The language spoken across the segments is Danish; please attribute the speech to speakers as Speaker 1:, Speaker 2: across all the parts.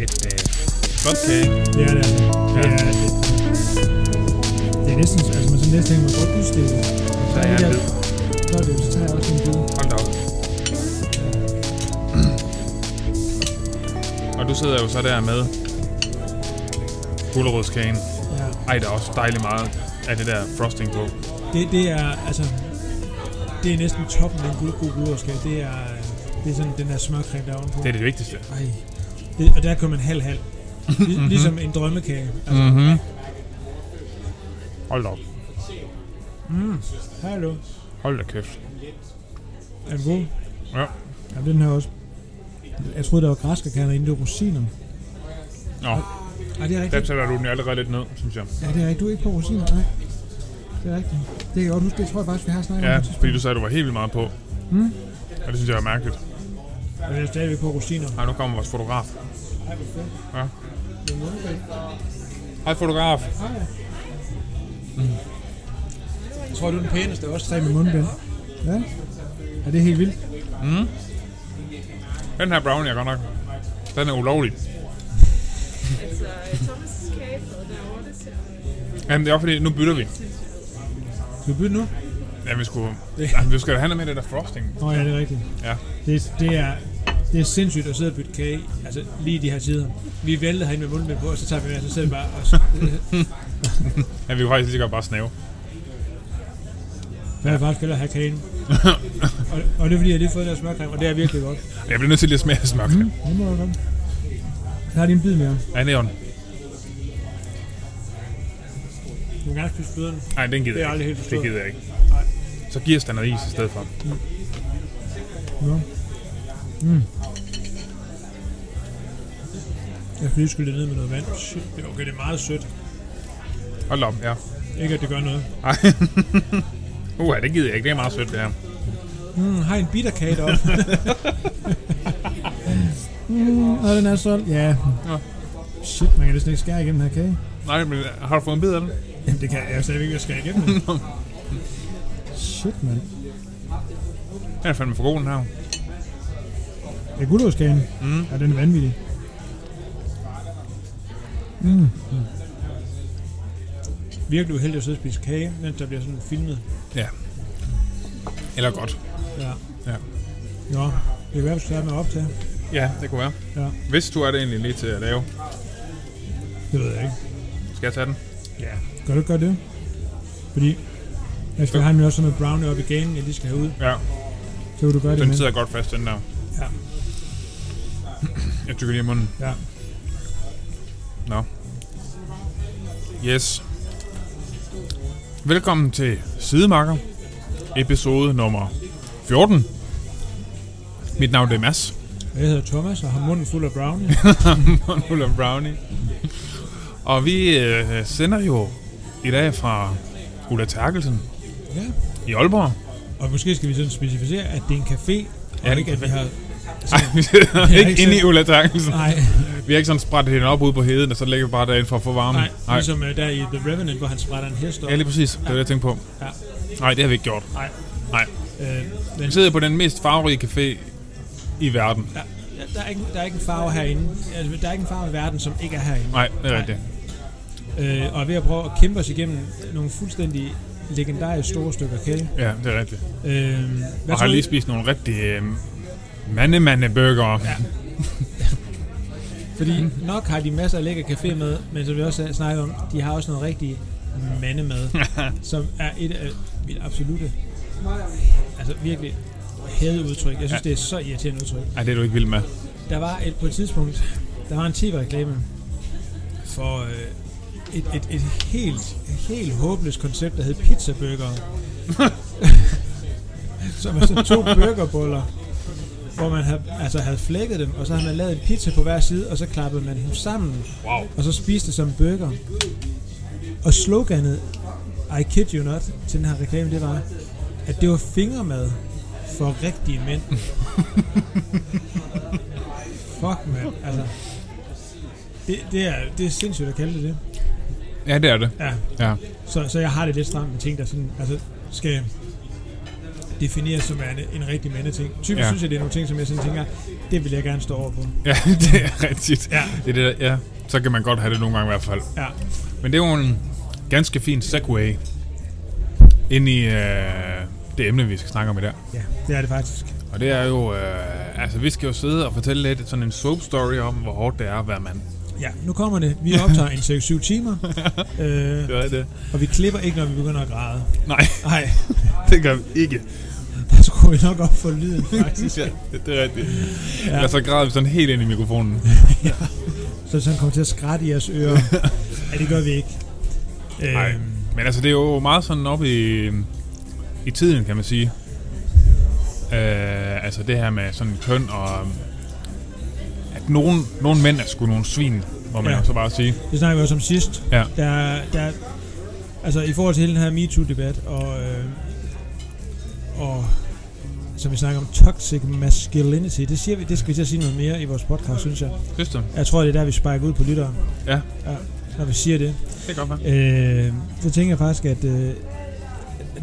Speaker 1: et øh, flot kage.
Speaker 2: Det er det. altså. Det
Speaker 1: Ja.
Speaker 2: er, det, det er næsten, altså man sådan næsten tænker, man kan godt udstille det.
Speaker 1: Så er jeg
Speaker 2: Ja.
Speaker 1: ved.
Speaker 2: Når det er, så tager jeg også en bid.
Speaker 1: Hold da op. Og du sidder jo så der med gulerødskagen.
Speaker 2: Ja.
Speaker 1: Ej, der er også dejligt meget af det der frosting på.
Speaker 2: Det, det er, altså, det er næsten toppen af en god, god gulerødskage. Det er, det er sådan den der smørcreme, der er ovenpå.
Speaker 1: Det er det vigtigste.
Speaker 2: Ej. Det, og der kører man halv-halv. Lig, ligesom en drømmekage. Altså,
Speaker 1: Mhm. Hold da op.
Speaker 2: hallo.
Speaker 1: Hold da kæft.
Speaker 2: Er den god?
Speaker 1: Ja.
Speaker 2: Ja, den her også. Jeg troede, der var græskerkerner inden det var rosiner.
Speaker 1: Nå,
Speaker 2: Ej, det er
Speaker 1: der
Speaker 2: rigtigt.
Speaker 1: sætter du den jo allerede lidt ned, synes jeg.
Speaker 2: Ja, det er rigtigt. Du er ikke på rosiner, nej. Det er rigtigt. Det kan jeg godt huske. Det tror jeg faktisk, vi har snakket
Speaker 1: Ja,
Speaker 2: om. på et tidspunkt.
Speaker 1: fordi du sagde, at du var helt vildt meget på.
Speaker 2: Mm.
Speaker 1: Og det synes jeg er mærkeligt.
Speaker 2: Og det er stadigvæk på rosiner.
Speaker 1: Ej, nu kommer vores fotograf.
Speaker 2: Ej, hvor fedt.
Speaker 1: Ja.
Speaker 2: Det er modvægt.
Speaker 1: Hej, fotograf.
Speaker 2: Ah, ja. Jeg tror, du er den pæneste også. Tre med mundbind. Ja. Ja, det er helt vildt.
Speaker 1: Den her brownie er godt nok. Den er ulovlig.
Speaker 3: Altså, Thomas' kagefad derovre, det ser
Speaker 1: Jamen, det er også fordi, nu bytter vi.
Speaker 2: Skal vi bytte nu?
Speaker 1: Ja, vi skulle... Jamen, vi skal da have noget med det der frosting.
Speaker 2: Nå ja, det er rigtigt.
Speaker 1: Ja.
Speaker 2: Det, det, er, det er sindssygt at sidde og bytte kage, altså lige i de her tider. Vi vælter herinde med mundbind på, og så tager vi med, og så sidder vi bare og...
Speaker 1: Ja, vi kunne faktisk lige så godt bare snæve.
Speaker 2: Jeg vil faktisk hellere have kagen. og, og, det er fordi, jeg lige har fået den her smørkrem, og det er virkelig godt.
Speaker 1: Jeg bliver nødt til lige at smage af smørk. Mm.
Speaker 2: Nu må jeg komme. Jeg har lige en bid mere.
Speaker 1: Ej, nævn.
Speaker 2: Du kan gerne spise fløden.
Speaker 1: Nej, den gider
Speaker 2: Det er
Speaker 1: jeg
Speaker 2: aldrig helt
Speaker 1: ikke. Det
Speaker 2: forstået.
Speaker 1: gider jeg ikke.
Speaker 2: Nej.
Speaker 1: Så giver os da noget is i stedet for.
Speaker 2: Ja. Mm. Jeg skal lige skylle det ned med noget vand. Shit, det er okay, det er meget sødt.
Speaker 1: Hold da op, ja.
Speaker 2: Ikke at det gør noget.
Speaker 1: Ej. Uha, det gider jeg ikke. Det er meget sødt, det her.
Speaker 2: Mm, har I en bitterkage deroppe? mm, og den er solgt. Ja.
Speaker 1: Nå.
Speaker 2: Shit, man kan næsten ikke skære igennem den her kage.
Speaker 1: Nej, men øh, har du fået en bid af den?
Speaker 2: Jamen, det kan jeg jo stadigvæk ikke skære igennem. den. Shit, mand.
Speaker 1: Den er fandme for god, den her.
Speaker 2: Ja, guldårskagen. Mm. Ja, den er vanvittig. Mm. Virkelig uheldig at sidde og spise kage, mens der bliver sådan filmet.
Speaker 1: Ja. Eller godt.
Speaker 2: Ja.
Speaker 1: Ja.
Speaker 2: Nå, det kan være, at vi skal med op til.
Speaker 1: Ja, det kunne være.
Speaker 2: Ja.
Speaker 1: Hvis du er det egentlig lige til at lave,
Speaker 2: Det ved jeg ikke.
Speaker 1: skal jeg tage den?
Speaker 2: Ja. Gør du ikke godt det? Fordi jeg skal have nemlig også sådan noget brownie op i ganen, jeg lige skal have ud.
Speaker 1: Ja,
Speaker 2: Så kan du gøre det
Speaker 1: den
Speaker 2: med.
Speaker 1: sidder godt fast, den der.
Speaker 2: Ja.
Speaker 1: Jeg tykker lige i munden.
Speaker 2: Ja.
Speaker 1: Nå. Yes. Velkommen til Sidemarker, episode nummer 14. Mit navn det er Mads.
Speaker 2: Jeg hedder Thomas og har munden fuld af brownie.
Speaker 1: Monula Brownie. Og vi øh, sender jo i dag fra Ulla Terkelsen
Speaker 2: ja.
Speaker 1: i Aalborg.
Speaker 2: Og måske skal vi sådan specificere, at det er en café, og
Speaker 1: Ja, det er
Speaker 2: ikke
Speaker 1: en
Speaker 2: at vi
Speaker 1: café.
Speaker 2: har...
Speaker 1: Ej, vi sidder
Speaker 2: ikke
Speaker 1: ikke inde i
Speaker 2: selv-
Speaker 1: Ulla Terkelsen.
Speaker 2: Nej,
Speaker 1: Vi har ikke sådan spredt hende op ude på heden, og så lægger vi bare derinde for at få varmen.
Speaker 2: nej. Ligesom øh, der i The Revenant, hvor han sprætter en hest op.
Speaker 1: Ja, lige præcis. Det var det, jeg tænkte på.
Speaker 2: Ja.
Speaker 1: Nej, det har vi ikke gjort.
Speaker 2: Nej.
Speaker 1: Nej.
Speaker 2: Øh, men
Speaker 1: Vi sidder på den mest farverige café i verden.
Speaker 2: der, der, er ikke, der er ikke en farve herinde. Altså, der er ikke en farve i verden, som ikke er herinde.
Speaker 1: Nej, det er rigtigt.
Speaker 2: Øh, og er ved at prøve at kæmpe os igennem nogle fuldstændig legendariske store stykker kage.
Speaker 1: Ja, det er rigtigt.
Speaker 2: Øh, hvad
Speaker 1: Jeg har
Speaker 2: tror I-
Speaker 1: lige spist nogle rigtig øh, mande-mande-burger. Ja.
Speaker 2: Fordi nok har de masser af lækker café med, men som vi også snakker om, de har også noget rigtig mandemad, som er et af mit absolute, altså virkelig hadeudtryk. Jeg synes, det er så irriterende udtryk.
Speaker 1: Ej, det er du ikke vild med.
Speaker 2: Der var et, på et tidspunkt, der var en tv-reklame for øh, et, et, et, helt, et helt håbløst koncept, der hed pizzaburger. som er sådan to burgerboller, hvor man havde, altså havde flækket dem, og så havde man lavet en pizza på hver side, og så klappede man dem sammen,
Speaker 1: Wow.
Speaker 2: og så spiste det som en burger. Og sloganet, I kid you not, til den her reklame, det var, at det var fingermad for rigtige mænd. Fuck, mand. Altså, det, det, er, det er sindssygt at kalde det det.
Speaker 1: Ja, det er det.
Speaker 2: Ja.
Speaker 1: Ja.
Speaker 2: Så, så jeg har det lidt stramt med ting, der sådan, altså, skal defineres som værende en rigtig mandeting. Typisk
Speaker 1: Ja.
Speaker 2: ja. synes jeg, det er nogle ting, som jeg sådan tænker, det vil jeg gerne stå over på.
Speaker 1: Ja, det er rigtigt.
Speaker 2: Ja.
Speaker 1: Det er det, der, ja. Så kan man godt have det nogle gange i hvert fald.
Speaker 2: Ja,
Speaker 1: Men det er jo en ganske fin segue ind i øh, det emne, vi skal snakke om i dag.
Speaker 2: ja det er det faktisk.
Speaker 1: Og det er jo, øh, altså vi skal jo sidde og fortælle lidt sådan en soap story om, hvor hårdt det er at være mand.
Speaker 2: Ja, nu kommer det. Vi optager en 6-7 timer, øh,
Speaker 1: Det er det.
Speaker 2: og vi klipper ikke, når vi begynder at græde.
Speaker 1: Nej,
Speaker 2: Nej,
Speaker 1: det gør vi ikke.
Speaker 2: der skruer vi nok op for lyden, faktisk.
Speaker 1: ja, det er rigtigt. Ja.
Speaker 2: Ja.
Speaker 1: Eller så græder vi sådan helt ind i mikrofonen.
Speaker 2: Så sådan kommer til at skrætte i jeres ører. Ja, det gør vi ikke.
Speaker 1: Nej.
Speaker 2: Øhm,
Speaker 1: Men altså, det er jo meget sådan op i, i tiden, kan man sige. Øh, altså det her med sådan køn og... øhm, At nogle, nogle mænd er sgu nogle svin, må man
Speaker 2: Ja.
Speaker 1: ja. så bare sige.
Speaker 2: det snakker vi også om sidst.
Speaker 1: Ja.
Speaker 2: Der, der, altså i forhold til hele den her MeToo-debat, og, øh, og som vi snakker om, toxic masculinity, det, siger vi, det skal vi til at sige noget mere i vores podcast, synes jeg.
Speaker 1: Synes du?
Speaker 2: Jeg tror, det er der, vi sparker ud på lytteren.
Speaker 1: Ja.
Speaker 2: ja når vi siger det.
Speaker 1: Det er godt, hva'?
Speaker 2: Øh, så tænker jeg faktisk, at øh,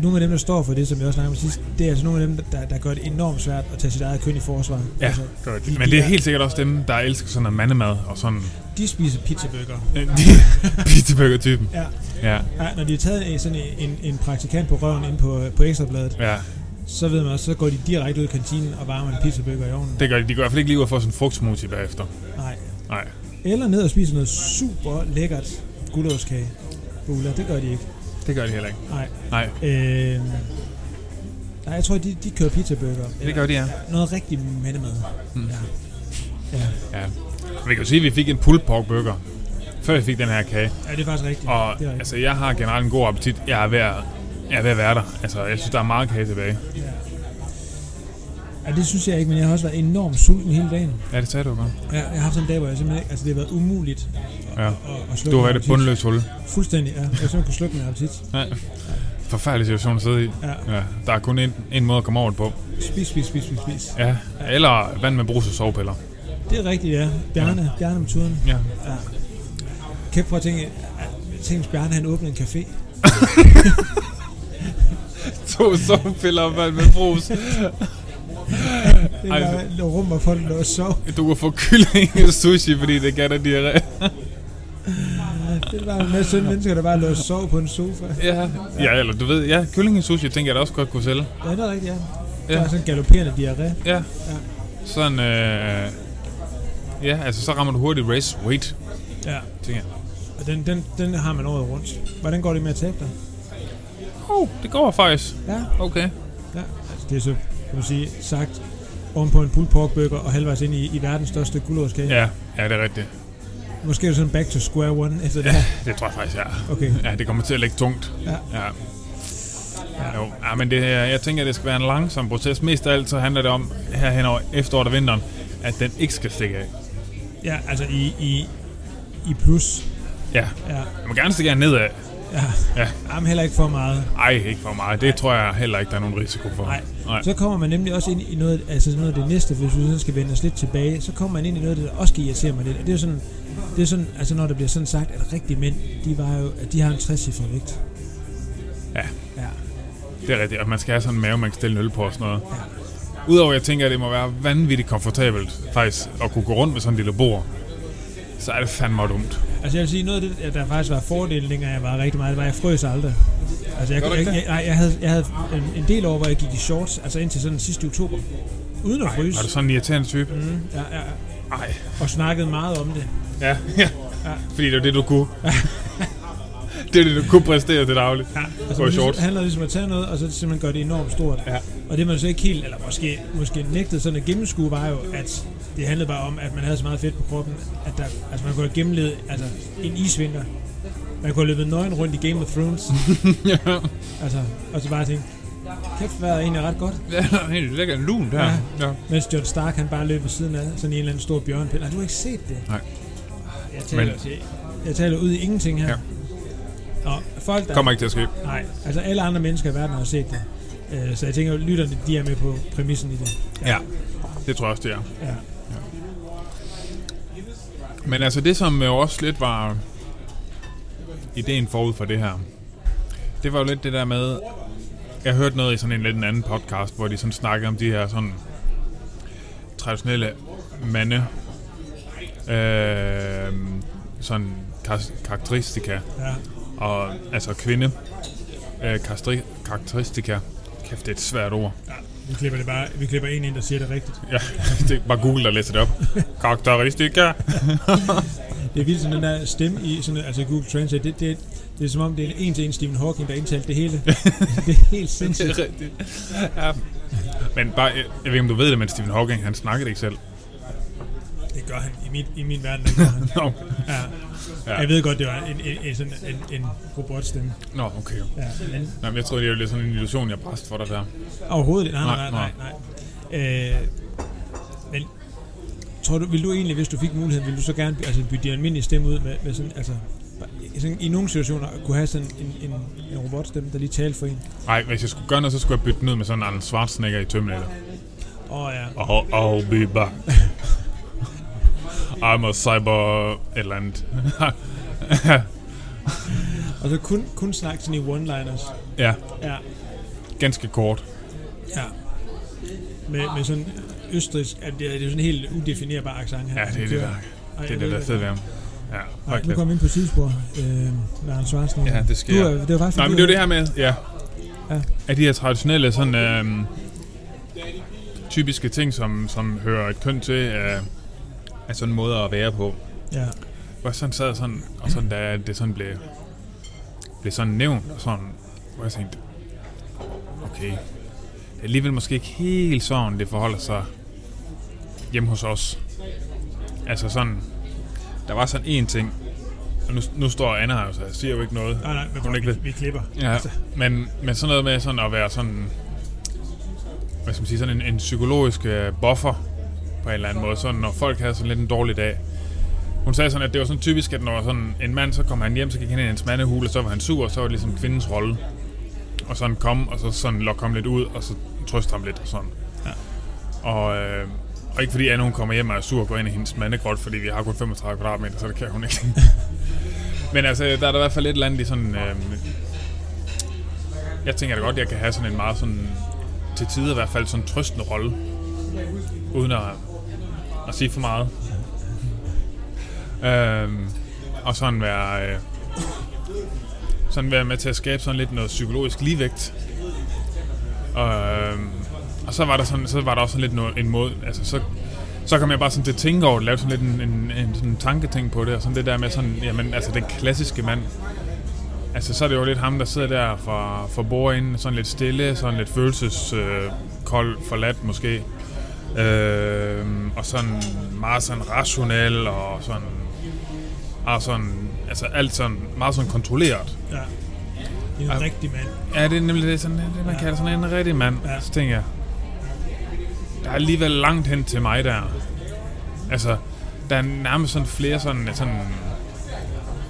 Speaker 2: nogle af dem, der står for det, som jeg også snakkede om sidst, det er altså nogle af dem, der, der gør det enormt svært at tage sit eget køn i forsvar.
Speaker 1: Ja,
Speaker 2: Altså,
Speaker 1: det er
Speaker 2: de-
Speaker 1: rigtigt. Men det er helt sikkert også dem, der elsker sådan noget mandemad og sådan...
Speaker 2: de spiser pizzabøger.
Speaker 1: øh, De pizzaburger-typen.
Speaker 2: Ja.
Speaker 1: Ja,
Speaker 2: ja, når de har taget en, sådan en, en, en praktikant på røven ind på, øh, på Ekstrabladet,
Speaker 1: ja.
Speaker 2: så ved man også, så går de direkte ud i kantinen og varmer en pizzabøger i ovnen.
Speaker 1: Det gør de. De går i hvert fald ikke lige ud og får sådan en frugtsmoothie bagefter.
Speaker 2: Nej.
Speaker 1: Nej.
Speaker 2: Eller ned og spiser noget super lækkert gulerodskage. Bula, det gør de ikke.
Speaker 1: Det gør de heller ikke.
Speaker 2: Nej.
Speaker 1: Nej.
Speaker 2: Øh, nej, jeg tror, de, de kører pizzabøger.
Speaker 1: Det gør de, ja.
Speaker 2: Noget rigtig mandemad.
Speaker 1: Hmm.
Speaker 2: Mm. Ja. Ja.
Speaker 1: ja. Vi kan jo sige, at vi fik en pulled pork burger, før vi fik den her kage.
Speaker 2: ja, det er faktisk rigtigt.
Speaker 1: Og
Speaker 2: det er rigtigt.
Speaker 1: altså, jeg har generelt en god appetit. Jeg er ved at, jeg er ved at være der. Altså, jeg synes, der er meget kage tilbage.
Speaker 2: Ja. ja, det synes jeg ikke, men jeg har også været enormt sulten hele dagen.
Speaker 1: Ja, det sagde du godt.
Speaker 2: Ja, jeg har haft sådan en dag, hvor jeg simpelthen ikke, altså det har været umuligt
Speaker 1: Ja.
Speaker 2: at, at slukke
Speaker 1: Du har
Speaker 2: min
Speaker 1: været et
Speaker 2: appetit.
Speaker 1: bundløst hul.
Speaker 2: Fuldstændig, ja. Jeg har simpelthen kunne slukke min appetit.
Speaker 1: Nej. Forfærdelig situation at sidde i.
Speaker 2: Ja.
Speaker 1: Ja, der er kun en, en måde at komme over det på.
Speaker 2: Spis, spis, spis, spis, spis.
Speaker 1: Ja. Eller vand med brus og sovepiller.
Speaker 2: Det er rigtigt, ja. Bjarne, ja. Bjarne metoden.
Speaker 1: Ja.
Speaker 2: Ja. Kæft, prøv at tænke, tænk, hvis Bjarne han åbnede en café.
Speaker 1: To sovepiller og vand med brus.
Speaker 2: Det
Speaker 1: Ej,
Speaker 2: er der rum, hvor folk lå og sov.
Speaker 1: Du kan få kylling og sushi, fordi det kan der diarré.
Speaker 2: Det var en masse søde mennesker, der bare lå og sov på en sofa.
Speaker 1: Ja. ja, eller du ved, ja, kylling og sushi tænker jeg da også godt kunne sælge.
Speaker 2: Ja, det er rigtigt, ja.
Speaker 1: Ja.
Speaker 2: Der er sådan en galopperende diarré.
Speaker 1: Ja.
Speaker 2: Ja.
Speaker 1: Sådan, øh... Ja, altså så rammer du hurtigt race weight,
Speaker 2: Ja.
Speaker 1: tænker jeg.
Speaker 2: Og den, den, den har man året rundt. Hvordan går det med at tabe dig?
Speaker 1: Oh, det går faktisk.
Speaker 2: Ja.
Speaker 1: Okay.
Speaker 2: ja. Altså, det er så, kan man sige, sagt ovenpå en pulled pork burger og halvvejs ind i, i verdens største guldårskage.
Speaker 1: Ja, ja, det er rigtigt.
Speaker 2: Måske er det sådan back to square one efter det
Speaker 1: Ja,
Speaker 2: her.
Speaker 1: det tror jeg faktisk, ja.
Speaker 2: Okay.
Speaker 1: Ja, det kommer til at lægge tungt.
Speaker 2: Ja.
Speaker 1: ja. Jo, ja, men det, her- jeg tænker, at det skal være en langsom proces. Mest af alt så handler det om, her hen over efteråret og vinteren, at den ikke skal stikke af.
Speaker 2: Ja, altså i, i, i plus.
Speaker 1: Ja,
Speaker 2: Ja.
Speaker 1: jeg må gerne stikke af nedad.
Speaker 2: Ja.
Speaker 1: Ja.
Speaker 2: Jamen heller ikke for meget.
Speaker 1: Ej, ikke for meget. Det tror jeg heller ikke, der er nogen risiko for.
Speaker 2: Nej.
Speaker 1: Nej.
Speaker 2: Så kommer man nemlig også ind i noget, altså noget af det næste, hvis vi sådan skal vende os lidt tilbage, så kommer man ind i noget af det, der også kan irritere mig lidt. Og det er jo sådan, det er sådan, altså når der bliver sådan sagt, at rigtige mænd, de, var jo, at de har en 60 vægt.
Speaker 1: Ja.
Speaker 2: Ja.
Speaker 1: Det er rigtigt, og man skal have sådan en mave, man kan stille en øl på og sådan noget. Udover jeg tænker, at det må være vanvittigt komfortabelt faktisk at kunne gå rundt med sådan en lille bord. Så er det fandme dumt.
Speaker 2: Altså jeg vil sige, noget af det, der faktisk var fordelen, dengang jeg var rigtig meget, det var, at jeg frøs aldrig. Altså jeg,
Speaker 1: Gør du
Speaker 2: jeg,
Speaker 1: ikke
Speaker 2: jeg, jeg, jeg, havde, jeg havde en, en del år, hvor jeg gik i shorts, altså indtil sådan sidste oktober, uden at fryse.
Speaker 1: Er du sådan en irriterende type?
Speaker 2: Mm, ja, ja, ja.
Speaker 1: Nej.
Speaker 2: og snakkede meget om det.
Speaker 1: Ja, ja. Fordi det er det, du kunne. det er det, du kunne præstere til dagligt. Ja,
Speaker 2: Altså,
Speaker 1: Gå i
Speaker 2: det
Speaker 1: shorts.
Speaker 2: handler ligesom om at tage noget, og så simpelthen gøre det enormt stort.
Speaker 1: Ja.
Speaker 2: Og det man så ikke helt, eller måske, måske nægtede sådan at gennemskue, var jo, at det handlede bare om, at man havde så meget fedt på kroppen, at der, altså man kunne have gennemlevet altså, en isvinter. Man kunne have løbet nøgen rundt i Game of Thrones. altså, og så bare tænke, kæft, vejret er egentlig ret godt.
Speaker 1: Det er helt lækkert lunt her.
Speaker 2: Ja.
Speaker 1: ja.
Speaker 2: Mens John Stark, han bare løb ved siden af sådan en eller anden stor bjørnpind. Har du ikke set det?
Speaker 1: Nej.
Speaker 2: Jeg taler,
Speaker 1: Men-
Speaker 2: til, jeg taler ud i ingenting her.
Speaker 1: Ja.
Speaker 2: Og folk, der
Speaker 1: Kommer ikke til at ske.
Speaker 2: Nej, altså alle andre mennesker i verden har set det. Øh, Så jeg tænker, at lytterne de er med på præmissen i det.
Speaker 1: Ja. Det tror jeg også, det er.
Speaker 2: Ja.
Speaker 1: Men altså det, som jo også lidt var ideen forud for det her, det var jo lidt det der med, Jeg hørte noget i sådan en lidt en anden podcast, hvor de sådan snakkede om de her sådan traditionelle mande, øh, sådan kar- karakteristika,
Speaker 2: Ja.
Speaker 1: og altså kvinde, øh, kastri- karakteristika. Kæft, det er et svært ord.
Speaker 2: ja. Vi klipper, det bare, vi klipper en ind, der siger det rigtigt.
Speaker 1: Ja, det er bare Google, der læser det op. Karakteristika.
Speaker 2: Det er vildt sådan den der stemme i sådan, altså Google Translate. Det, det, det er som om, det er en til en Stephen Hawking, der indtalte det hele. det er helt sindssygt.
Speaker 1: rigtigt. Ja. Men bare, jeg, jeg ved ikke, om du ved det, men Stephen Hawking, han snakkede ikke selv.
Speaker 2: Det gør han i, mit, i min verden. Det gør han.
Speaker 1: Nå,
Speaker 2: Ja.
Speaker 1: Ja.
Speaker 2: ja. Jeg ved godt, det var en, en, en, sådan en, en robotstemme.
Speaker 1: Nå okay.
Speaker 2: Ja, men
Speaker 1: Nå, men jeg troede, det var lidt sådan en illusion, jeg bræst for dig der.
Speaker 2: overhovedet ikke. Nej,
Speaker 1: Nej,
Speaker 2: nej, nej. nej, nej. Øh, men tror du, vil du egentlig, hvis du fik muligheden, vil du så gerne altså, bytte din almindelige stemme ud med, med sådan, altså, i sådan, i nogle situationer kunne have sådan en, en, en robotstemme, der lige talte for en.
Speaker 1: Nej, hvis jeg skulle gøre noget, så skulle jeg bytte den ud med sådan en Arnold Schwarzenegger i Terminator.
Speaker 2: Åh oh, ja.
Speaker 1: Oh, I'll be back. I'm a cyber... et eller andet.
Speaker 2: Og så kun, kun snakke sådan i one-liners.
Speaker 1: ja,
Speaker 2: Ja.
Speaker 1: ganske kort.
Speaker 2: Ja. Med, med sådan østrisk, at det er, det er sådan en helt udefinerbar accent her.
Speaker 1: Ja, det er det, der,
Speaker 2: Ej,
Speaker 1: det, er
Speaker 2: jeg
Speaker 1: det, der
Speaker 2: ved
Speaker 1: er fedt ved ham. Ja,
Speaker 2: Nej,
Speaker 1: høj
Speaker 2: nu
Speaker 1: kæft.
Speaker 2: kom vi ind på et sidespor øh, med Arne Schwarzenegger.
Speaker 1: Ja, det sker.
Speaker 2: Du, er- det var faktisk
Speaker 1: Nej, men det er jo det her med, ja.
Speaker 2: Ja.
Speaker 1: At de her traditionelle sådan... Øh, typiske ting, som, som hører et køn til, øh, er sådan en måde at være på.
Speaker 2: Ja,
Speaker 1: hvor jeg sådan sad sådan, og sådan da det sådan blev, blev sådan nævnt, og sådan, hvor jeg tænkte, okay, det er alligevel måske ikke helt sådan, det forholder sig hjemme hos os. Altså sådan, der var sådan en ting, og nu, nu står Anna her, så jeg siger jo ikke noget.
Speaker 2: nej, nej, men
Speaker 1: Hun er ikke
Speaker 2: vi,
Speaker 1: ved.
Speaker 2: vi klipper.
Speaker 1: Ja, men, men sådan noget med sådan at være sådan, hvad skal man sige, sådan en, en psykologisk øh, buffer på en eller anden måde, sådan når folk havde sådan lidt en dårlig dag. Hun sagde sådan, at det var sådan typisk, at når sådan en mand, så kom han hjem, så gik han ind i hans mandehule, og så var han sur, og så var det ligesom kvindens rolle. Og sådan kom, og så sådan lokke ham lidt ud, og så trøste ham lidt og sådan. Ja. Og, øh, og ikke fordi Anne hun kommer hjem og er sur og går ind i hendes mandegrot, fordi vi har kun 35 kvadratmeter, så det kan hun ikke. Men altså, der er der i hvert fald et eller andet i sådan øh, jeg tænker da godt, jeg kan have sådan en meget sådan, til tider i hvert fald, sådan trøstende rolle, uden at, at sige for meget. øhm, og sådan være, øh, sådan være med til at skabe sådan lidt noget psykologisk ligevægt. Og, øhm, og så var der sådan, så var der også sådan lidt noget, en måde, altså så, så kom jeg bare sådan til at tænke over det, lave sådan lidt en, en, en sådan tanketing på det, og sådan det der med sådan, jamen altså den klassiske mand, Altså, så er det jo lidt ham, der sidder der for, for bordenden, sådan lidt stille, sådan lidt følelseskold, øh, kold, forladt måske. Øh, og sådan meget sådan rationel og sådan... Og sådan altså alt sådan meget sådan kontrolleret.
Speaker 2: Ja. Det er en rigtig mand.
Speaker 1: Ja, det er nemlig det, sådan, det man kalder sådan en rigtig mand. Ja.
Speaker 2: Ja.
Speaker 1: Så tænker jeg, der er alligevel langt hen til mig der. Altså, der er nærmest sådan flere sådan, sådan,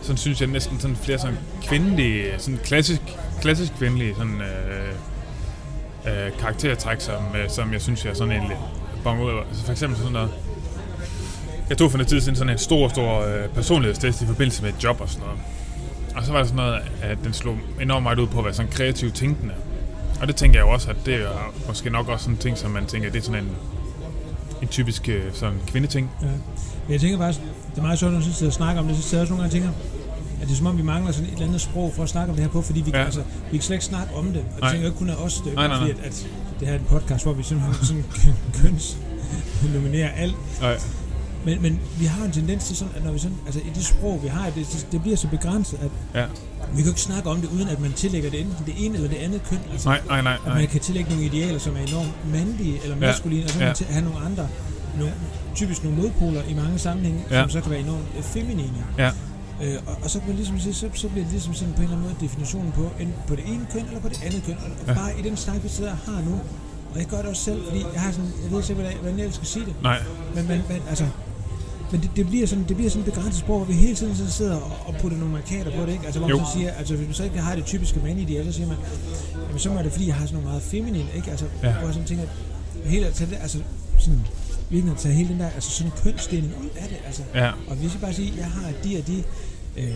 Speaker 1: sådan synes jeg næsten sådan flere sådan kvindelige, sådan klassisk, klassisk kvindelige sådan, øh, øh, karaktertræk, som, øh, som jeg synes, jeg sådan egentlig bonger ud af. Altså, for eksempel sådan noget, jeg tog for noget tid siden sådan en stor, stor øh, personlighedstest i forbindelse med et job og sådan noget. Og så var det sådan noget, at den slog enormt meget ud på at være sådan kreativ tænkende. Og det tænker jeg jo også, at det er måske nok også sådan en ting, som man tænker, det er sådan en, en typisk øh, sådan kvindeting.
Speaker 2: Ja. Men jeg tænker bare, det er meget sjovt, når jeg sidder og snakker om det, så sidder jeg også nogle gange og tænker, at det er som om, vi mangler sådan et eller andet sprog for at snakke om det her på, fordi vi, ja.
Speaker 1: Ja.
Speaker 2: altså, vi kan slet ikke snakke om det. Og det
Speaker 1: Nej.
Speaker 2: tænker jeg ikke kun af os, det er
Speaker 1: Nej,
Speaker 2: nej,
Speaker 1: nej,
Speaker 2: nej, fordi, at,
Speaker 1: nej.
Speaker 2: at, det her er en podcast, hvor vi simpelthen sådan køns nominerer alt.
Speaker 1: Nej.
Speaker 2: Men, men vi har en tendens til sådan, at når vi sådan, altså i det sprog, vi har, det, det bliver så begrænset, at
Speaker 1: Ja.
Speaker 2: vi kan jo ikke snakke om det, uden at man tillægger det enten det ene eller det andet køn. Altså,
Speaker 1: Nej, nej, nej,
Speaker 2: at man
Speaker 1: nej.
Speaker 2: kan tillægge nogle idealer, som er enormt mandlige eller
Speaker 1: Ja,
Speaker 2: maskuline, ja. og så kan
Speaker 1: ja.
Speaker 2: man til- have nogle andre, nogle, typisk nogle modpoler i mange sammenhænge,
Speaker 1: Ja.
Speaker 2: ja. som så kan være enormt øh, feminine.
Speaker 1: Ja,
Speaker 2: Øh, og, og, så kan man ligesom sige, så, så bliver det ligesom sådan på en eller anden måde definitionen på, enten på det ene køn eller på det andet køn. Og, og
Speaker 1: Ja.
Speaker 2: ja. bare i den snak, vi sidder og har nu, og jeg gør det også selv, fordi jeg har sådan, jeg ved ikke, hvordan jeg, hvordan jeg skal sige det.
Speaker 1: nej.
Speaker 2: Men, men, men altså, men det, det, bliver sådan, det bliver sådan et begrænset sprog, hvor vi hele tiden sådan sidder og, og putter nogle markater på det, ikke? Altså, hvor man
Speaker 1: Jo.
Speaker 2: så siger, altså, hvis man så ikke har det typiske mandideal, så siger man, jamen, så er det, fordi jeg har sådan nogle meget feminine, ikke? Altså,
Speaker 1: Ja.
Speaker 2: ja. hvor jeg sådan tænker, at hele at tage det, altså, sådan, virkelig at tage hele den der, altså sådan en kønsdeling ud af det, altså.
Speaker 1: Ja,
Speaker 2: Og hvis jeg bare siger, jeg har de og de øh,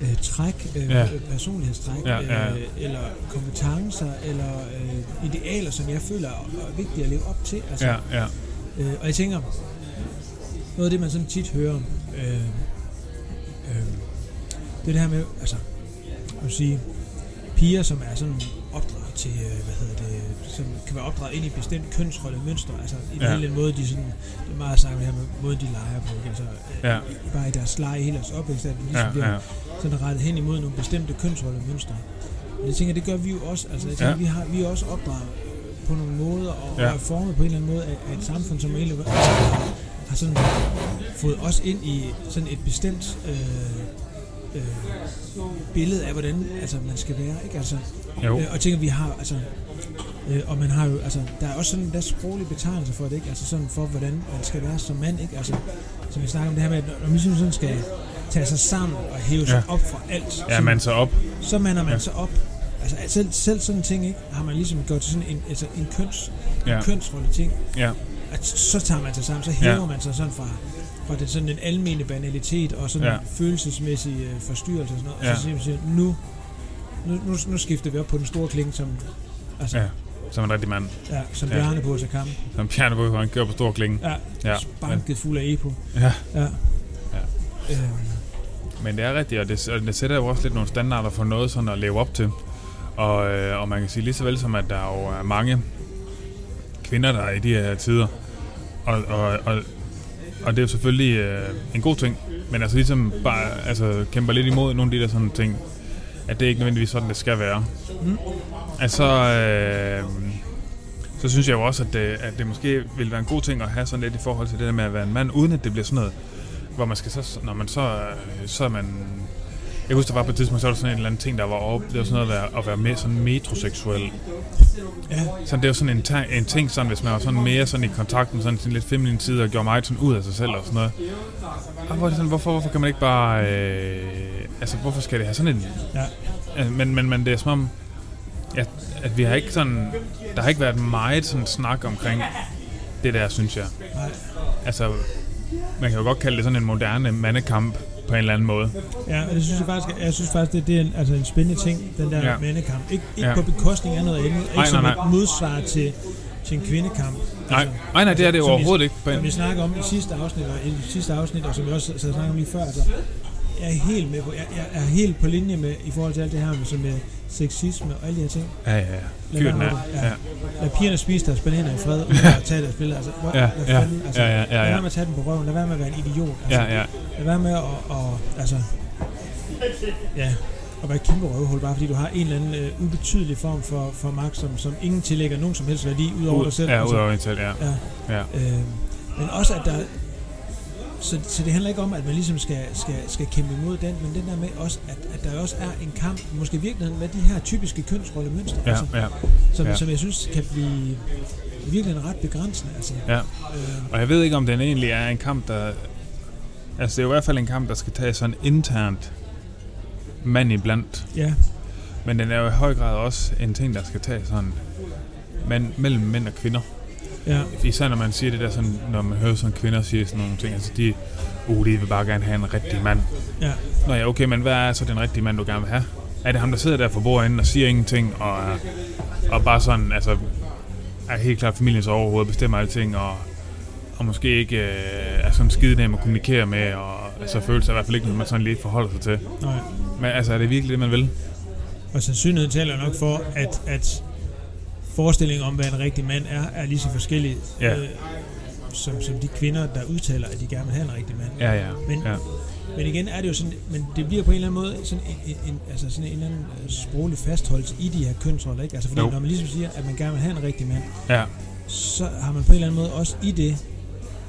Speaker 2: øh, træk, øh,
Speaker 1: Ja.
Speaker 2: ja. personlighedstræk,
Speaker 1: Ja, ja, ja.
Speaker 2: Øh, eller kompetencer, eller øh, idealer, som jeg føler er vigtige at leve op til. Altså,
Speaker 1: Ja, ja.
Speaker 2: Øh, og jeg tænker, noget af det, man sådan tit hører om, øh, øh, det er det her med, altså, jeg vil sige, piger, som er sådan opdraget til, øh, hvad hedder det, som kan være opdraget ind i et bestemt kønsrolle mønster, altså i
Speaker 1: Ja.
Speaker 2: ja. hele den måde, de sådan, det er meget sagt det her med måden, de leger på, altså øh,
Speaker 1: Ja.
Speaker 2: bare i deres leje hele deres opvækst, at de ligesom
Speaker 1: Ja,
Speaker 2: bliver
Speaker 1: ja.
Speaker 2: sådan rettet hen imod nogle bestemte kønsrolle mønstre. Og jeg tænker, det gør vi jo også. Altså, jeg tænker,
Speaker 1: Ja.
Speaker 2: ja. vi, har, vi er også opdraget på nogle måder, og,
Speaker 1: Ja.
Speaker 2: ja. og er formet på en eller anden måde af, af et samfund, som egentlig altså, har- har sådan fået os ind i sådan et bestemt øh, øh, billede af, hvordan altså, man skal være. Ikke? Altså,
Speaker 1: Jo.
Speaker 2: Øh, og jeg tænker, vi har, altså, øh, og man har jo, altså, der er også sådan en der sproglig betegnelse for det, ikke? Altså sådan for, hvordan man skal være som mand, ikke? Altså, som vi snakker om det her med, at når man ligesom sådan skal tage sig sammen og hæve sig
Speaker 1: Ja.
Speaker 2: ja. op fra alt,
Speaker 1: Ja,
Speaker 2: så,
Speaker 1: man så op.
Speaker 2: så mander man
Speaker 1: Ja.
Speaker 2: ja. sig op. Altså selv, selv sådan en ting, ikke? Har man ligesom gjort til sådan en, altså en, køns,
Speaker 1: Ja.
Speaker 2: ja. kønsrolle ting,
Speaker 1: Ja.
Speaker 2: at så tager man sig sammen, så hæver
Speaker 1: Ja.
Speaker 2: ja. man sig sådan fra, fra den, sådan den almene banalitet og sådan
Speaker 1: Ja.
Speaker 2: ja. følelsesmæssige øh, forstyrrelser og sådan noget, ja.
Speaker 1: Ja.
Speaker 2: og så siger man, nu, nu, nu, nu skifter vi op på den store klinge, som, altså,
Speaker 1: Ja.
Speaker 2: ja.
Speaker 1: Som en rigtig mand.
Speaker 2: Ja, som
Speaker 1: Ja.
Speaker 2: ja. Bjarne på til kamp.
Speaker 1: Som Bjarne på, han kører på stor klinge.
Speaker 2: Ja,
Speaker 1: Ja.
Speaker 2: ja. spanket fuld af epo.
Speaker 1: Ja.
Speaker 2: ja.
Speaker 1: Ja.
Speaker 2: Øhm,
Speaker 1: Men det er rigtigt, og det, og det sætter jo også lidt nogle standarder for noget sådan at leve op til. Og, øh, og man kan sige lige så vel som, at der jo er mange kvinder, der er i de her tider. Og, og, og, og det er jo selvfølgelig øh, en god ting, men altså ligesom bare altså, kæmper lidt imod nogle af de der sådan ting, at det ikke nødvendigvis sådan, det skal være.
Speaker 2: Mm.
Speaker 1: Altså, øh, så synes jeg jo også, at det, at det måske ville være en god ting at have sådan lidt i forhold til det der med at være en mand, uden at det bliver sådan noget, hvor man skal så, når man så, øh, så er man... Jeg husker, der var på et tidspunkt, så var der sådan en eller anden ting, der var op. Det var sådan noget at være, at være mere sådan metroseksuel.
Speaker 2: ja.
Speaker 1: Så det var sådan en, ta- en ting, sådan, hvis man var sådan mere sådan i kontakt med sådan sin lidt feminin side, og gjorde meget sådan ud af sig selv og sådan noget. Og hvor er det sådan, hvorfor, hvorfor kan man ikke bare... Øh, altså, hvorfor skal det have sådan en...
Speaker 2: Ja.
Speaker 1: Øh, Men, men, men det er som om, at, at vi har ikke sådan... Der har ikke været meget sådan snak omkring det der, synes jeg
Speaker 2: Nej.
Speaker 1: altså, man kan jo godt kalde det sådan en moderne mandekamp på en eller anden måde.
Speaker 2: Ja, og det synes jeg faktisk, jeg synes faktisk, det, det er en, altså en spændende ting, den der
Speaker 1: Ja.
Speaker 2: ja. mandekamp. Ikke,
Speaker 1: Ja.
Speaker 2: ikke ja. på bekostning af noget andet, ikke
Speaker 1: nej,
Speaker 2: som
Speaker 1: nej.
Speaker 2: et modsvar til, til en kvindekamp.
Speaker 1: Nej, nej, nej det er det jo
Speaker 2: som vi-
Speaker 1: overhovedet ikke. På
Speaker 2: Som vi
Speaker 1: en,
Speaker 2: snakker om i sidste afsnit, og i det sidste afsnit, og som vi også sad og snakkede om lige før, altså, jeg er helt med på, jeg, jeg, er helt på linje med, i forhold til alt det her med, som med sexisme og alle de her ting.
Speaker 1: ja, ja, ja.
Speaker 2: Lad
Speaker 1: Fyr
Speaker 2: være
Speaker 1: den
Speaker 2: med
Speaker 1: af.
Speaker 2: det, ja.
Speaker 1: Ja,
Speaker 2: Lad pigerne spise deres bananer i fred, og tage deres billeder. Altså, hvor,
Speaker 1: Ja,
Speaker 2: hvad
Speaker 1: ja,
Speaker 2: fanden, altså,
Speaker 1: ja, ja, ja,
Speaker 2: Lad
Speaker 1: ja.
Speaker 2: være med at tage den på røven, lad være med at være en idiot. Altså,
Speaker 1: ja, ja.
Speaker 2: Lad være med at, og, altså, ja, at være et kæmpe røvhul, bare fordi du har en eller anden øh, ubetydelig form for, for magt, som, som ingen tillægger nogen som helst værdi, ud over dig
Speaker 1: Ud,
Speaker 2: selv. Altså,
Speaker 1: ja, ud over en selv, altså. ja.
Speaker 2: ja.
Speaker 1: Ja.
Speaker 2: Øh, men også, at der... Så, så det handler ikke om, at man ligesom skal, skal, skal kæmpe imod den, men den der med også, at, at der også er en kamp, måske i virkeligheden med de her typiske kønsrollemønstre,
Speaker 1: Ja,
Speaker 2: altså,
Speaker 1: ja,
Speaker 2: som,
Speaker 1: ja.
Speaker 2: som jeg synes kan blive virkelig ret begrænsende. Altså,
Speaker 1: ja.
Speaker 2: øh,
Speaker 1: Og jeg ved ikke, om den egentlig er en kamp, der... Altså, det er jo i hvert fald en kamp, der skal tages sådan internt mand iblandt.
Speaker 2: ja,
Speaker 1: Men den er jo i høj grad også en ting, der skal tages sådan mand, mellem mænd og kvinder.
Speaker 2: ja,
Speaker 1: Især når man siger det der, sådan, når man hører sådan kvinder sige sådan nogle ting, altså de, uh, de vil bare gerne have en rigtig mand.
Speaker 2: ja,
Speaker 1: Nå ja, okay, men hvad er så den rigtige mand, du gerne vil have? Er det ham, der sidder der for bordenden og siger ingenting, og, er- og bare sådan, altså, er helt klart familiens overhoved, bestemmer alting, og, og måske ikke øh, er sådan skide nem at kommunikere med, og altså, føler sig i hvert fald ikke, noget, man sådan lige forholder sig til.
Speaker 2: nej.
Speaker 1: Men altså, er det virkelig det, man vil?
Speaker 2: Og sandsynligheden taler nok for, at, at forestillingen om, hvad en rigtig mand er, er lige så forskellig øh,
Speaker 1: Ja.
Speaker 2: som, som de kvinder, der udtaler, at de gerne vil have en rigtig mand.
Speaker 1: Ja, ja.
Speaker 2: Men-
Speaker 1: ja.
Speaker 2: Men igen er det jo sådan, men det bliver på en eller anden måde sådan en, en, en, altså sådan en eller anden øh, sproglig fastholdelse i de her kønsroller, ikke? Altså fordi
Speaker 1: Jo.
Speaker 2: jo. når man ligesom siger, at man gerne vil have en rigtig mand,
Speaker 1: ja.
Speaker 2: så har man på en eller anden måde også i det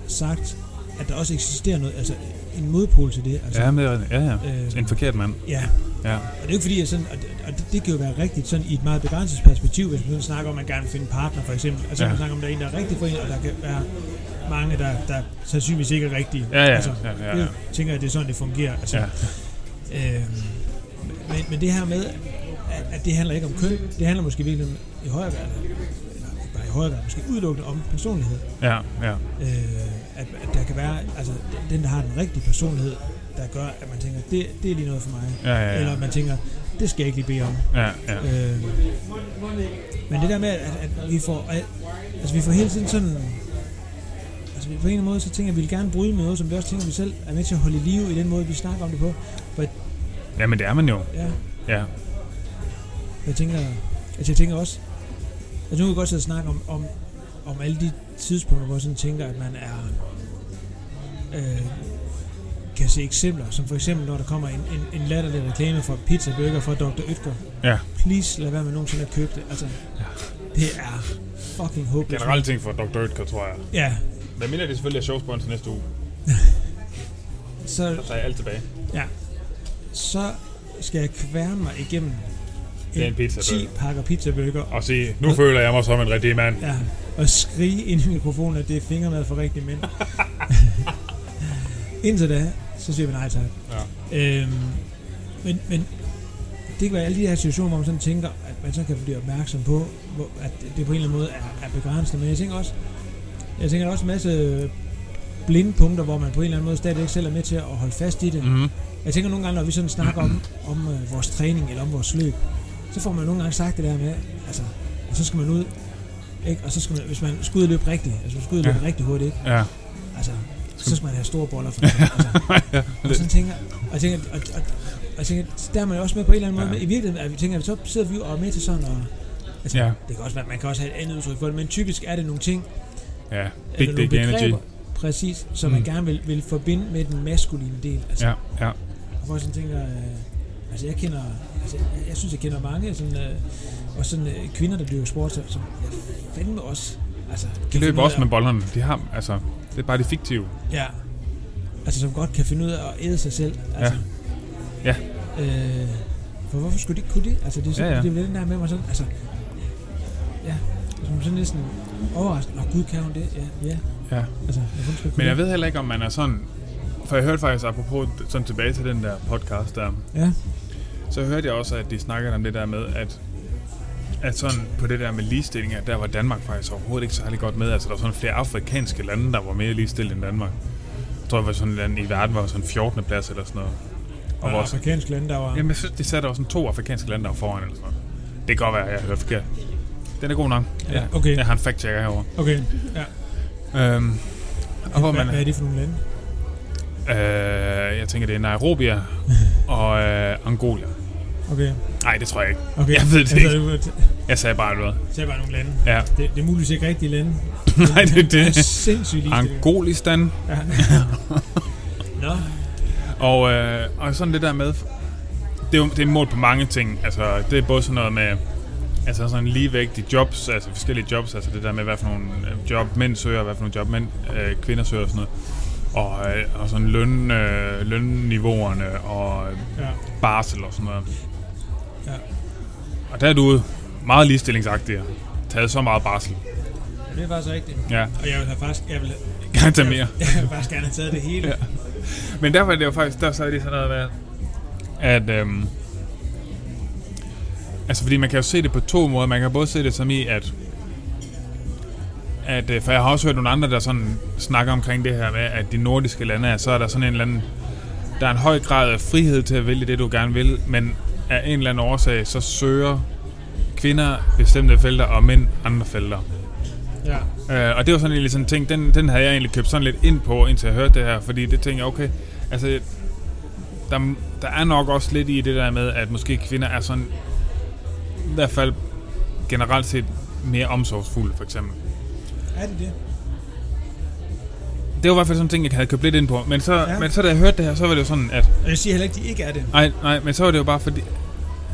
Speaker 2: sagt, at der også eksisterer noget, altså en modpol til det. Altså,
Speaker 1: Ja, med, ja, ja.
Speaker 2: Øh,
Speaker 1: En forkert mand.
Speaker 2: ja.
Speaker 1: Ja.
Speaker 2: Og det er jo ikke fordi, at sådan, og, det- og det, det, kan jo være rigtigt sådan i et meget begrænset perspektiv, hvis man sådan snakker om, at man gerne vil finde en partner for eksempel. Altså
Speaker 1: Ja.
Speaker 2: ja. man snakker om, at der er en, der er rigtig for en, og der kan være mange, der, der sandsynligvis ikke er rigtige.
Speaker 1: Ja, ja,
Speaker 2: altså,
Speaker 1: ja, ja, ja.
Speaker 2: Det, tænker jeg, det er sådan, det fungerer. Altså,
Speaker 1: Ja.
Speaker 2: Øh, men, men det her med, at, at det handler ikke om køn, det handler måske virkelig om, i højere grad, eller ikke bare i højere grad, måske udelukkende om personlighed.
Speaker 1: Ja, ja.
Speaker 2: Øh, at, at der kan være, altså den, der har den rigtige personlighed, der gør, at man tænker, det, det er lige noget for mig.
Speaker 1: Ja, ja, ja.
Speaker 2: Eller at man tænker, det skal jeg ikke lige bede om.
Speaker 1: Ja, ja.
Speaker 2: Øh, men det der med, at, at vi får, at, altså vi får hele tiden sådan, altså vi- på en eller anden måde, så tænker jeg, at vi vil gerne bryde med noget, som vi også tænker, at vi selv er med til at holde i live i den måde, vi snakker om det på. For at-
Speaker 1: ja, men det er man jo.
Speaker 2: ja,
Speaker 1: Ja,
Speaker 2: jeg tænker, altså jeg tænker også, altså nu kan vi godt sidde og snakke om, om, om alle de tidspunkter, hvor jeg sådan tænker, at man er, øh, kan se eksempler, som for eksempel, når der kommer en, en, en latterlig reklame for pizza burger fra Dr. Ytger.
Speaker 1: ja.
Speaker 2: Please lad være med nogensinde at købe det. Altså, det er fucking håbløst.
Speaker 1: Generelt ting fra Dr. Oetker, tror jeg.
Speaker 2: Ja,
Speaker 1: Hvad mindre det selvfølgelig er showsponsor næste uge,
Speaker 2: så,
Speaker 1: så tager jeg alt tilbage.
Speaker 2: ja, så skal jeg kværne mig igennem
Speaker 1: Det er en pizza
Speaker 2: 10
Speaker 1: burger.
Speaker 2: pakker pizzabøger
Speaker 1: Og se, nu føler jeg mig som en rigtig mand.
Speaker 2: ja, og skrige ind i mikrofonen, at det er fingermad for rigtige mænd. Indtil da, så siger vi nej tak.
Speaker 1: Ja.
Speaker 2: Øhm, men, men det kan være alle de her situationer, hvor man sådan tænker, at man så kan blive opmærksom på, hvor, at det på en eller anden måde er, er begrænsende. Men jeg tænker også, jeg tænker der er også en masse blinde punkter, hvor man på en eller anden måde stadigvæk selv er med til at holde fast i det.
Speaker 1: Mm-hmm.
Speaker 2: Jeg tænker nogle gange, når vi sådan snakker om, om øh, vores træning eller om vores løb, så får man nogle gange sagt det der med, altså, og så skal man ud, ikke? og så skal man, hvis man skal ud og løbe rigtigt, altså hvis man skal ud og løbe
Speaker 1: Ja.
Speaker 2: ja. rigtig hurtigt, ikke?
Speaker 1: Ja.
Speaker 2: altså, så skal man have store boller for altså, og så tænker, og jeg tænker, og, og, og jeg tænker, der er man jo også med på en eller anden måde,
Speaker 1: Ja.
Speaker 2: ja. i virkeligheden, at vi tænker, at så sidder vi jo og er med til sådan, og altså,
Speaker 1: Ja.
Speaker 2: ja. det kan også være, man kan også have et andet udtryk for det, men typisk er det nogle ting,
Speaker 1: Ja. Big
Speaker 2: eller nogle
Speaker 1: Dick Energy.
Speaker 2: begreber, præcis, som mm. man gerne vil, vil forbinde med den maskuline del, altså,
Speaker 1: Ja, ja.
Speaker 2: og hvor jeg sådan tænker, øh, altså jeg kender, altså jeg, jeg synes, jeg kender mange, sådan, øh, og sådan øh, kvinder, der dyrker sport, som, som jeg fandme også, altså...
Speaker 1: De
Speaker 2: kan finde
Speaker 1: løber
Speaker 2: ud
Speaker 1: også
Speaker 2: af-
Speaker 1: med bollerne. De har, altså, det er bare det fiktive.
Speaker 2: Ja. Altså som godt kan finde ud af at æde sig selv. Altså,
Speaker 1: Ja.
Speaker 2: Øh, for hvorfor skulle de ikke kunne det? Altså det er sådan,
Speaker 1: Ja, ja.
Speaker 2: ja, ja. det er jo den der med mig sådan, altså... Ja, som sådan næsten overrasket. Nå gud, kan hun det? Ja, ja.
Speaker 1: Ja.
Speaker 2: Altså, hun skal kunne
Speaker 1: Men jeg
Speaker 2: det.
Speaker 1: ved heller ikke, om man er sådan... For jeg hørte faktisk, apropos sådan tilbage til den der podcast der,
Speaker 2: Ja,
Speaker 1: så hørte jeg også, at de snakkede om det der med, at at sådan på det der med ligestilling, at der var Danmark faktisk overhovedet ikke særlig godt med. Altså der var sådan flere afrikanske lande, der var mere ligestillet end Danmark. Jeg tror, det var sådan et land i verden, var sådan 14. plads eller sådan noget.
Speaker 2: og vores afrikansk lande, der var...
Speaker 1: Jamen, jeg synes, de sagde, der var sådan to afrikanske lande, der var foran eller sådan noget. Det kan godt være, at jeg hører forkert. Den er god nok.
Speaker 2: Ja, okay.
Speaker 1: Jeg har en fact-checker herovre.
Speaker 2: Okay, ja.
Speaker 1: Øhm, og hvor
Speaker 2: Hvad,
Speaker 1: man,
Speaker 2: hvad er det for nogle lande?
Speaker 1: øh, jeg tænker, det er Nairobi og øh, Angola.
Speaker 2: Okay,
Speaker 1: Nej, det tror jeg ikke.
Speaker 2: okay.
Speaker 1: Jeg ved det
Speaker 2: altså,
Speaker 1: ikke.
Speaker 2: det var-
Speaker 1: Jeg sagde bare noget.
Speaker 2: Så er bare nogle lande.
Speaker 1: Ja.
Speaker 2: Det, det er muligvis ikke rigtige lande.
Speaker 1: Nej, det er det.
Speaker 2: Sindssygt ligestilling.
Speaker 1: Angolistan.
Speaker 2: Ja. Nå.
Speaker 1: Og, øh, og sådan det der med, det er, jo, det er målt på mange ting. Altså, det er både sådan noget med, altså sådan ligevægt i jobs, altså forskellige jobs, altså det der med, hvad for nogle øh, job mænd søger, hvad for nogle job mænd, øh, kvinder søger og sådan noget. Og, øh, og sådan løn, øh, lønniveauerne og øh,
Speaker 2: Ja.
Speaker 1: barsel og sådan noget.
Speaker 2: Ja.
Speaker 1: Og der er du meget ligestillingsagtig og taget så meget barsel.
Speaker 2: Det er faktisk rigtigt.
Speaker 1: Ja,
Speaker 2: Og jeg vil have faktisk, jeg vil,
Speaker 1: kan tage mere.
Speaker 2: jeg vil faktisk gerne have taget det hele.
Speaker 1: Ja. Men derfor er det jo faktisk, der sagde de sådan noget med, at øhm, altså fordi man kan jo se det på to måder. Man kan både se det som i, at at, øh, for jeg har også hørt nogle andre, der sådan snakker omkring det her med, at de nordiske lande er, så er der sådan en eller anden, der er en høj grad af frihed til at vælge det, du gerne vil, men af en eller anden årsag, så søger kvinder bestemte felter, og mænd andre felter.
Speaker 2: Ja.
Speaker 1: Øh, og det var sådan lidt sådan en ting, den, den havde jeg egentlig købt sådan lidt ind på, indtil jeg hørte det her, fordi det tænkte jeg, okay, altså, der, der er nok også lidt i det der med, at måske kvinder er sådan, i hvert fald generelt set, mere omsorgsfulde, for eksempel.
Speaker 2: Er det det?
Speaker 1: Det var i hvert fald sådan en ting, jeg havde købt lidt ind på, men så, ja.
Speaker 2: Ja.
Speaker 1: men så da jeg hørte det her, så var det jo sådan, at,
Speaker 2: Og jeg siger heller ikke, de ikke er det.
Speaker 1: nej, nej, men så var det jo bare fordi,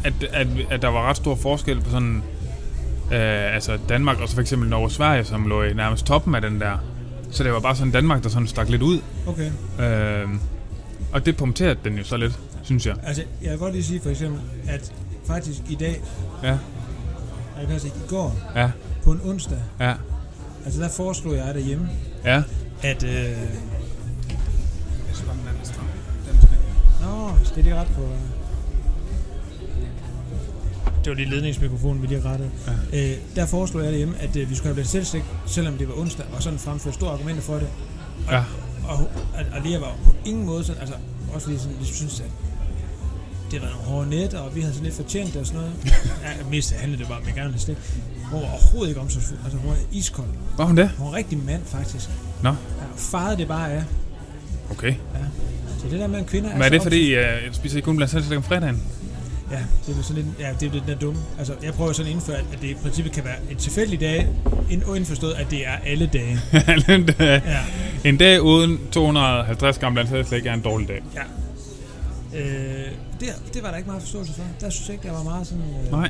Speaker 1: at, at, at der var ret stor forskel på sådan, øh, altså Danmark og så for eksempel Norge og Sverige, som lå i nærmest toppen af den der. Så det var bare sådan Danmark, der sådan stak lidt ud.
Speaker 2: Okay.
Speaker 1: Øh, og det punkterede den jo så lidt, synes jeg.
Speaker 2: Altså, jeg vil godt lige sige for eksempel, at faktisk i dag,
Speaker 1: Ja,
Speaker 2: jeg kan ikke i går,
Speaker 1: ja,
Speaker 2: på en onsdag,
Speaker 1: ja,
Speaker 2: altså der foreslog jeg derhjemme,
Speaker 1: ja.
Speaker 2: at... Øh... Nå, skal jeg lige ret på... øh? Det var lige ledningsmikrofonen, vi lige rettede. Ja. Øh, der foreslog jeg derhjemme, at øh, vi skulle have blandt selvstægt, selvom det var onsdag, og sådan fremførte store argumenter for det.
Speaker 1: Ja,
Speaker 2: Og, og, og Lea var på ingen måde sådan, altså også fordi sådan, vi synes, at det var nogle hårde net, og vi havde sådan lidt fortjent det og sådan noget. ja, mest handlede det bare om, at jeg gerne ville slik. Hun var overhovedet ikke omsorgsfuld. Altså, hun var iskold.
Speaker 1: Var hun det?
Speaker 2: Hun var rigtig mand, faktisk.
Speaker 1: Nå.
Speaker 2: Ja, farede det bare af.
Speaker 1: Okay.
Speaker 2: Ja. Så det der med, at kvinder
Speaker 1: Men er
Speaker 2: så
Speaker 1: det fordi, øh, jeg spiser ikke kun blandt selv om fredagen?
Speaker 2: altså Ja, det er sådan lidt, ja, det er lidt den der dumme. Altså, jeg prøver sådan at indføre, at det i princippet kan være en tilfældig dag, ind- og indforstået, at det er alle dage.
Speaker 1: en, dag,
Speaker 2: Ja.
Speaker 1: en dag uden 250 gram blandt selv slik er en dårlig dag.
Speaker 2: ja. Øh, det, det var der ikke meget forståelse for. Der synes jeg ikke, der var meget sådan... Øh,
Speaker 1: Nej.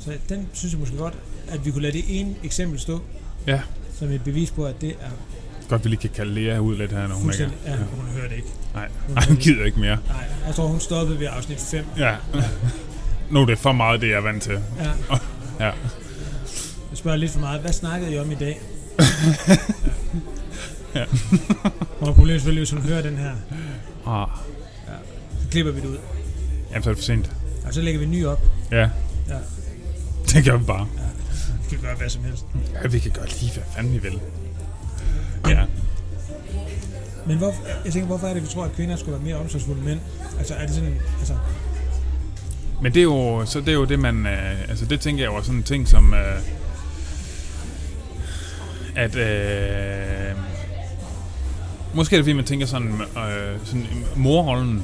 Speaker 2: Så den synes jeg måske godt, at vi kunne lade det ene eksempel stå,
Speaker 1: Ja.
Speaker 2: som et bevis på, at det er
Speaker 1: Godt, vi lige kan kalde Lea ud lidt her, når hun ikke
Speaker 2: fuldstændig...
Speaker 1: er.
Speaker 2: Ja, hun hører det ikke.
Speaker 1: Nej, Ej, hun gider ikke mere.
Speaker 2: Nej, jeg tror, hun stoppede ved afsnit 5.
Speaker 1: Ja. nu er det for meget, det jeg er vant til.
Speaker 2: Ja.
Speaker 1: Ja.
Speaker 2: Jeg spørger lidt for meget, hvad snakkede I om i dag?
Speaker 1: Ja.
Speaker 2: Og problemet er selvfølgelig, hvis hun hører den her,
Speaker 1: Ah.
Speaker 2: så klipper vi det ud.
Speaker 1: Jamen, så er det for sent.
Speaker 2: Og så lægger vi en ny op.
Speaker 1: Ja.
Speaker 2: Ja.
Speaker 1: Det gør vi bare.
Speaker 2: Vi kan gøre hvad som helst.
Speaker 1: Ja, vi kan gøre lige, hvad fanden vi vil. Ja.
Speaker 2: Men hvor, jeg tænker, hvorfor er det, vi tror, at kvinder skulle være mere omsorgsfulde end mænd? Altså, er det sådan, altså,
Speaker 1: Men det er jo, så det er jo det, man... Øh, altså, det tænker jeg jo er sådan en ting, som... Øh, at... Øh, måske er det, fordi man tænker sådan... Øh, sådan morrollen.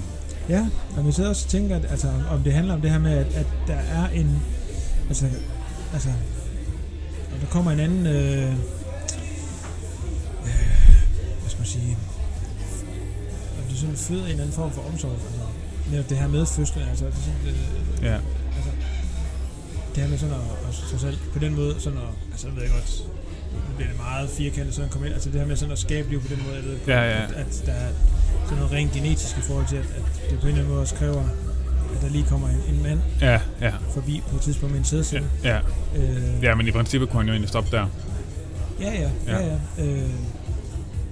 Speaker 2: ja, og vi sidder også og tænker, at, altså, om- om det handler om det her med, at, at der er en, altså, altså, og der kommer en anden, øh, øh, hvad skal man sige, om det sådan føder en eller anden form for omsorg, altså, netop det her med fødslen, altså, det er sådan, øh,
Speaker 1: Ja.
Speaker 2: altså, det her med sådan at, at sig selv, på den måde, sådan at, altså, jeg ved jeg godt, nu bliver det meget firkantet, sådan at komme ind, altså det her med sådan at skabe liv på den måde, jeg ved godt,
Speaker 1: Ja, ja.
Speaker 2: At, at der er sådan noget rent genetisk i forhold til, at, at det på en eller anden måde også kræver, at der lige kommer en, en mand
Speaker 1: Ja, ja.
Speaker 2: forbi på et tidspunkt med en
Speaker 1: Ja,
Speaker 2: sædside.
Speaker 1: ja.
Speaker 2: Ja. Øh,
Speaker 1: ja, men i princippet kunne han jo egentlig stoppe der.
Speaker 2: ja, ja, ja, ja. Øh,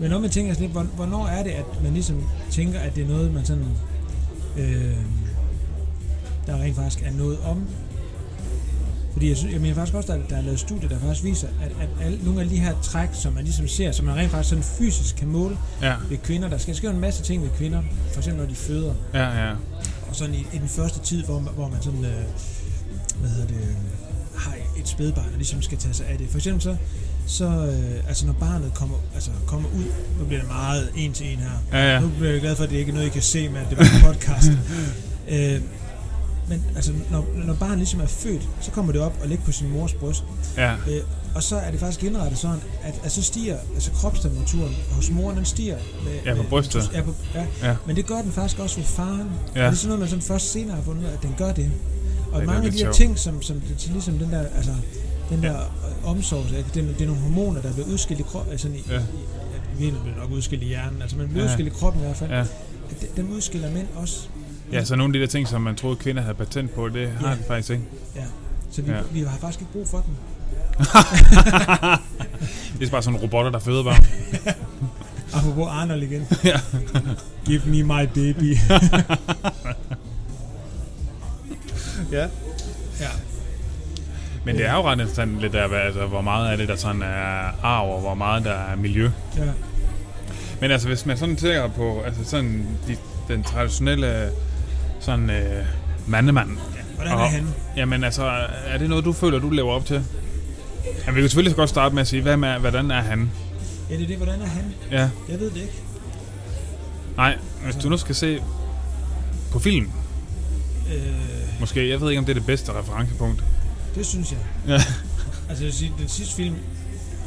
Speaker 2: men når man tænker sådan lidt, hvor- hvornår er det, at man ligesom tænker, at det er noget, man sådan, øh, der rent faktisk er noget om? Fordi jeg, synes, jeg mener faktisk også, at der, der er lavet studier, der faktisk viser, at, at alle, nogle af de her træk, som man ligesom ser, som man rent faktisk sådan fysisk kan måle
Speaker 1: Ja,
Speaker 2: ved kvinder, der skal ske en masse ting ved kvinder, for eksempel når de føder,
Speaker 1: ja, ja.
Speaker 2: og sådan i, i den første tid, hvor, hvor man sådan, øh, hvad hedder det, øh, har et spædbarn, og ligesom skal tage sig af det. For eksempel så, så øh, altså når barnet kommer, altså kommer ud, nu bliver det meget en til en her.
Speaker 1: Ja, ja.
Speaker 2: Nu bliver jeg glad for, at det ikke er noget, I kan se med, at det var en podcast. øh, men altså, når, når barnet ligesom er født, så kommer det op og ligger på sin mors bryst.
Speaker 1: Ja,
Speaker 2: Øh, og så er det faktisk indrettet sådan, at, at så stiger altså kropstemperaturen hos moren, den stiger. Med,
Speaker 1: Ja, på
Speaker 2: med-
Speaker 1: brystet.
Speaker 2: Ja, på, ja.
Speaker 1: Ja.
Speaker 2: ja, men det gør den faktisk også ved faren. Ja. Og
Speaker 1: ja.
Speaker 2: det er sådan noget, man sådan først senere har fundet ud af, at den gør det. Og
Speaker 1: det er
Speaker 2: det mange af
Speaker 1: lidt
Speaker 2: de her
Speaker 1: sjovt.
Speaker 2: ting, som, som det, ligesom den der, altså, den
Speaker 1: Ja.
Speaker 2: der øh, omsorg, det, det, er- det er nogle hormoner, der bliver udskilt i kroppen, altså, i,
Speaker 1: Ja.
Speaker 2: ja. i, i, i, bliver nok udskilt i hjernen, altså man bliver
Speaker 1: Ja.
Speaker 2: ja. udskilt i kroppen i hvert fald, ja.
Speaker 1: Ja.
Speaker 2: dem udskiller mænd også.
Speaker 1: ja, så nogle af de der ting, som man troede, kvinder havde patent på, det har
Speaker 2: Ja.
Speaker 1: de faktisk ikke.
Speaker 2: Så vi,
Speaker 1: Ja.
Speaker 2: ja. vi har faktisk ikke brug for dem.
Speaker 1: det er bare sådan robotter, der føder bare.
Speaker 2: Apropos Arnold igen.
Speaker 1: Ja.
Speaker 2: Give me my baby.
Speaker 1: ja.
Speaker 2: ja.
Speaker 1: Men det er jo ret interessant lidt der, hvad- altså, hvor meget af det, der sådan er arv, og hvor meget der er miljø.
Speaker 2: ja.
Speaker 1: Men altså, hvis man sådan tænker på altså sådan de, den traditionelle sådan øh, mandemand.
Speaker 2: Hvordan er
Speaker 1: Og-
Speaker 2: han?
Speaker 1: Jamen altså, er det noget, du føler, du lever op til? Jamen, vi kan selvfølgelig så godt starte med at sige, hvad med, hvordan er han?
Speaker 2: Ja, det er det. Hvordan er han?
Speaker 1: Ja,
Speaker 2: Jeg ved det ikke.
Speaker 1: nej, hvis du nu skal se på film,
Speaker 2: Øh,
Speaker 1: måske. Jeg ved ikke, om det er det bedste referencepunkt.
Speaker 2: det synes jeg.
Speaker 1: Ja.
Speaker 2: Altså, jeg vil sige, den sidste film...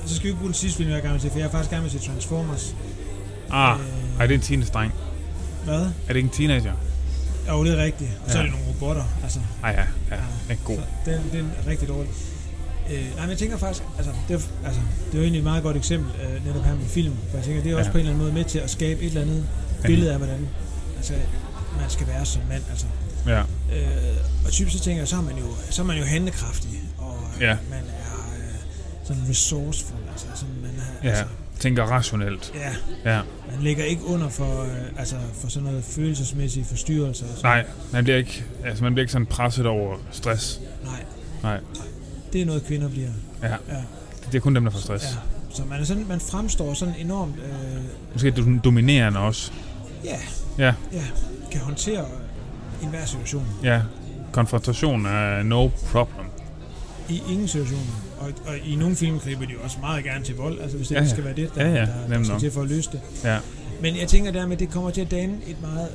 Speaker 2: Så skal vi ikke bruge den sidste film, jeg er gerne vil se, for jeg er faktisk gerne vil se Transformers.
Speaker 1: Ah,
Speaker 2: Øh,
Speaker 1: ej, det er en teenage-dreng.
Speaker 2: Hvad?
Speaker 1: Er det ikke en teenager?
Speaker 2: Jo, det er rigtigt. Og så
Speaker 1: Ja.
Speaker 2: er det nogle robotter, altså.
Speaker 1: Ej, ja, ja, den er god.
Speaker 2: Så den, den er rigtig dårlig. Øh, nej, men jeg tænker faktisk, altså det, er- altså, det er jo egentlig et meget godt eksempel, øh, netop her med film, for jeg tænker, det er også
Speaker 1: Ja.
Speaker 2: ja. på en eller anden måde med til at skabe et eller andet billede af, hvordan altså, man skal være som mand, altså.
Speaker 1: Ja,
Speaker 2: Øh, og typisk så tænker jeg, så er man jo, så er man jo handlekraftig, og øh,
Speaker 1: Ja.
Speaker 2: ja. man er øh, sådan resourceful, altså sådan, man er,
Speaker 1: ja.
Speaker 2: altså,
Speaker 1: Tænker rationelt.
Speaker 2: ja,
Speaker 1: Ja.
Speaker 2: man ligger ikke under for, øh, altså, for sådan noget følelsesmæssige forstyrrelser. og sådan.
Speaker 1: Nej, man bliver ikke, altså man bliver ikke sådan presset over stress.
Speaker 2: Nej.
Speaker 1: Nej.
Speaker 2: Det er noget, kvinder bliver.
Speaker 1: Ja.
Speaker 2: ja.
Speaker 1: Det er kun dem, der får stress.
Speaker 2: Ja, så man, er sådan, man fremstår sådan enormt... Øh,
Speaker 1: Måske du dominerende også.
Speaker 2: ja,
Speaker 1: Ja,
Speaker 2: ja, kan håndtere øh, enhver situation.
Speaker 1: ja. Konfrontation er no problem.
Speaker 2: I ingen situationer. Og, og i nogle film griber de jo også meget gerne til vold, altså hvis det
Speaker 1: Ja,
Speaker 2: ja, ja.
Speaker 1: ja.
Speaker 2: skal være det, der,
Speaker 1: Ja, ja,
Speaker 2: der, der
Speaker 1: nemt
Speaker 2: skal
Speaker 1: nok.
Speaker 2: til for at løse det.
Speaker 1: Ja,
Speaker 2: Men jeg tænker dermed, at det kommer til at danne et meget...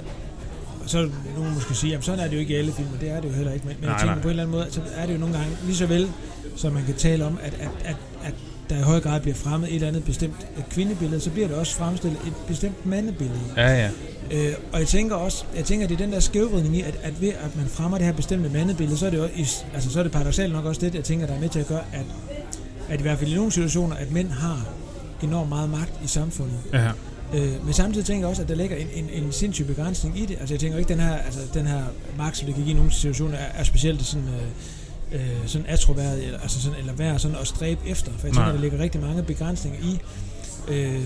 Speaker 2: og Så er der nogen der måske sige, jamen sådan er det jo ikke i alle film, og det er det jo heller ikke. Men, men
Speaker 1: Nej,
Speaker 2: jeg tænker
Speaker 1: nej.
Speaker 2: på en eller anden måde, så er det jo nogle gange lige så vel, som man kan tale om, at, at, at, at der i høj grad bliver fremmet et eller andet bestemt øh, kvindebillede, så bliver der også fremstillet et bestemt mandebillede.
Speaker 1: ja, ja.
Speaker 2: Øh, og jeg tænker også, jeg tænker, at det er den der skævvridning i, at, at ved at man fremmer det her bestemte mandebillede, så er det, jo, is- altså, så er det paradoxalt nok også det, jeg tænker, der er med til at gøre, at, at i hvert fald i nogle situationer, at mænd har enormt meget magt i samfundet.
Speaker 1: ja.
Speaker 2: Øh, men samtidig tænker jeg også, at der ligger en, en, en sindssyg begrænsning i det. Altså jeg tænker jo ikke, at den her, altså, den her magt, som det kan give i nogle situationer, er, er specielt sådan... Øh, øh, sådan atroværet, eller, altså sådan, eller værd sådan at stræbe efter. For jeg tænker,
Speaker 1: Nej.
Speaker 2: der ligger rigtig mange begrænsninger i øh,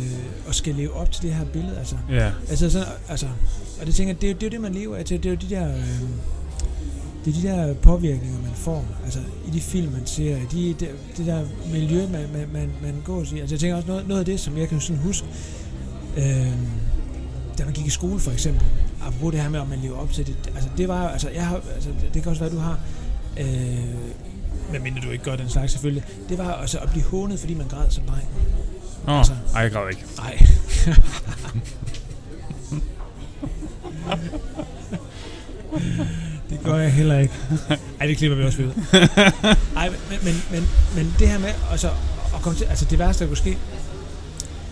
Speaker 2: at skal leve op til det her billede. Altså,
Speaker 1: ja.
Speaker 2: Altså, sådan, altså, og det tænker jeg, det, er jo- det er jo det, man lever af til. Det er jo de der... Øh, det er de der påvirkninger, man får. Altså, i de film, man ser, de, det, det der miljø, man, man, man, man går i. Altså, jeg tænker også noget, noget af det, som jeg kan sådan huske, øh, da man gik i skole, for eksempel. Apropos det her med, om man lever op til det. Altså, det var jo- altså, jeg har, altså, det- det kan også være, du har... Øh, men mindre du ikke gør den slags, selvfølgelig. Det var altså at blive hånet, fordi man græd som dreng.
Speaker 1: Nå,
Speaker 2: Altså.
Speaker 1: ej, jeg græd ikke.
Speaker 2: Nej. det gør jeg heller ikke. Ej, det klipper vi også ved. Ej, men, men, men, men det her med altså, at komme til, altså det værste, der kunne ske,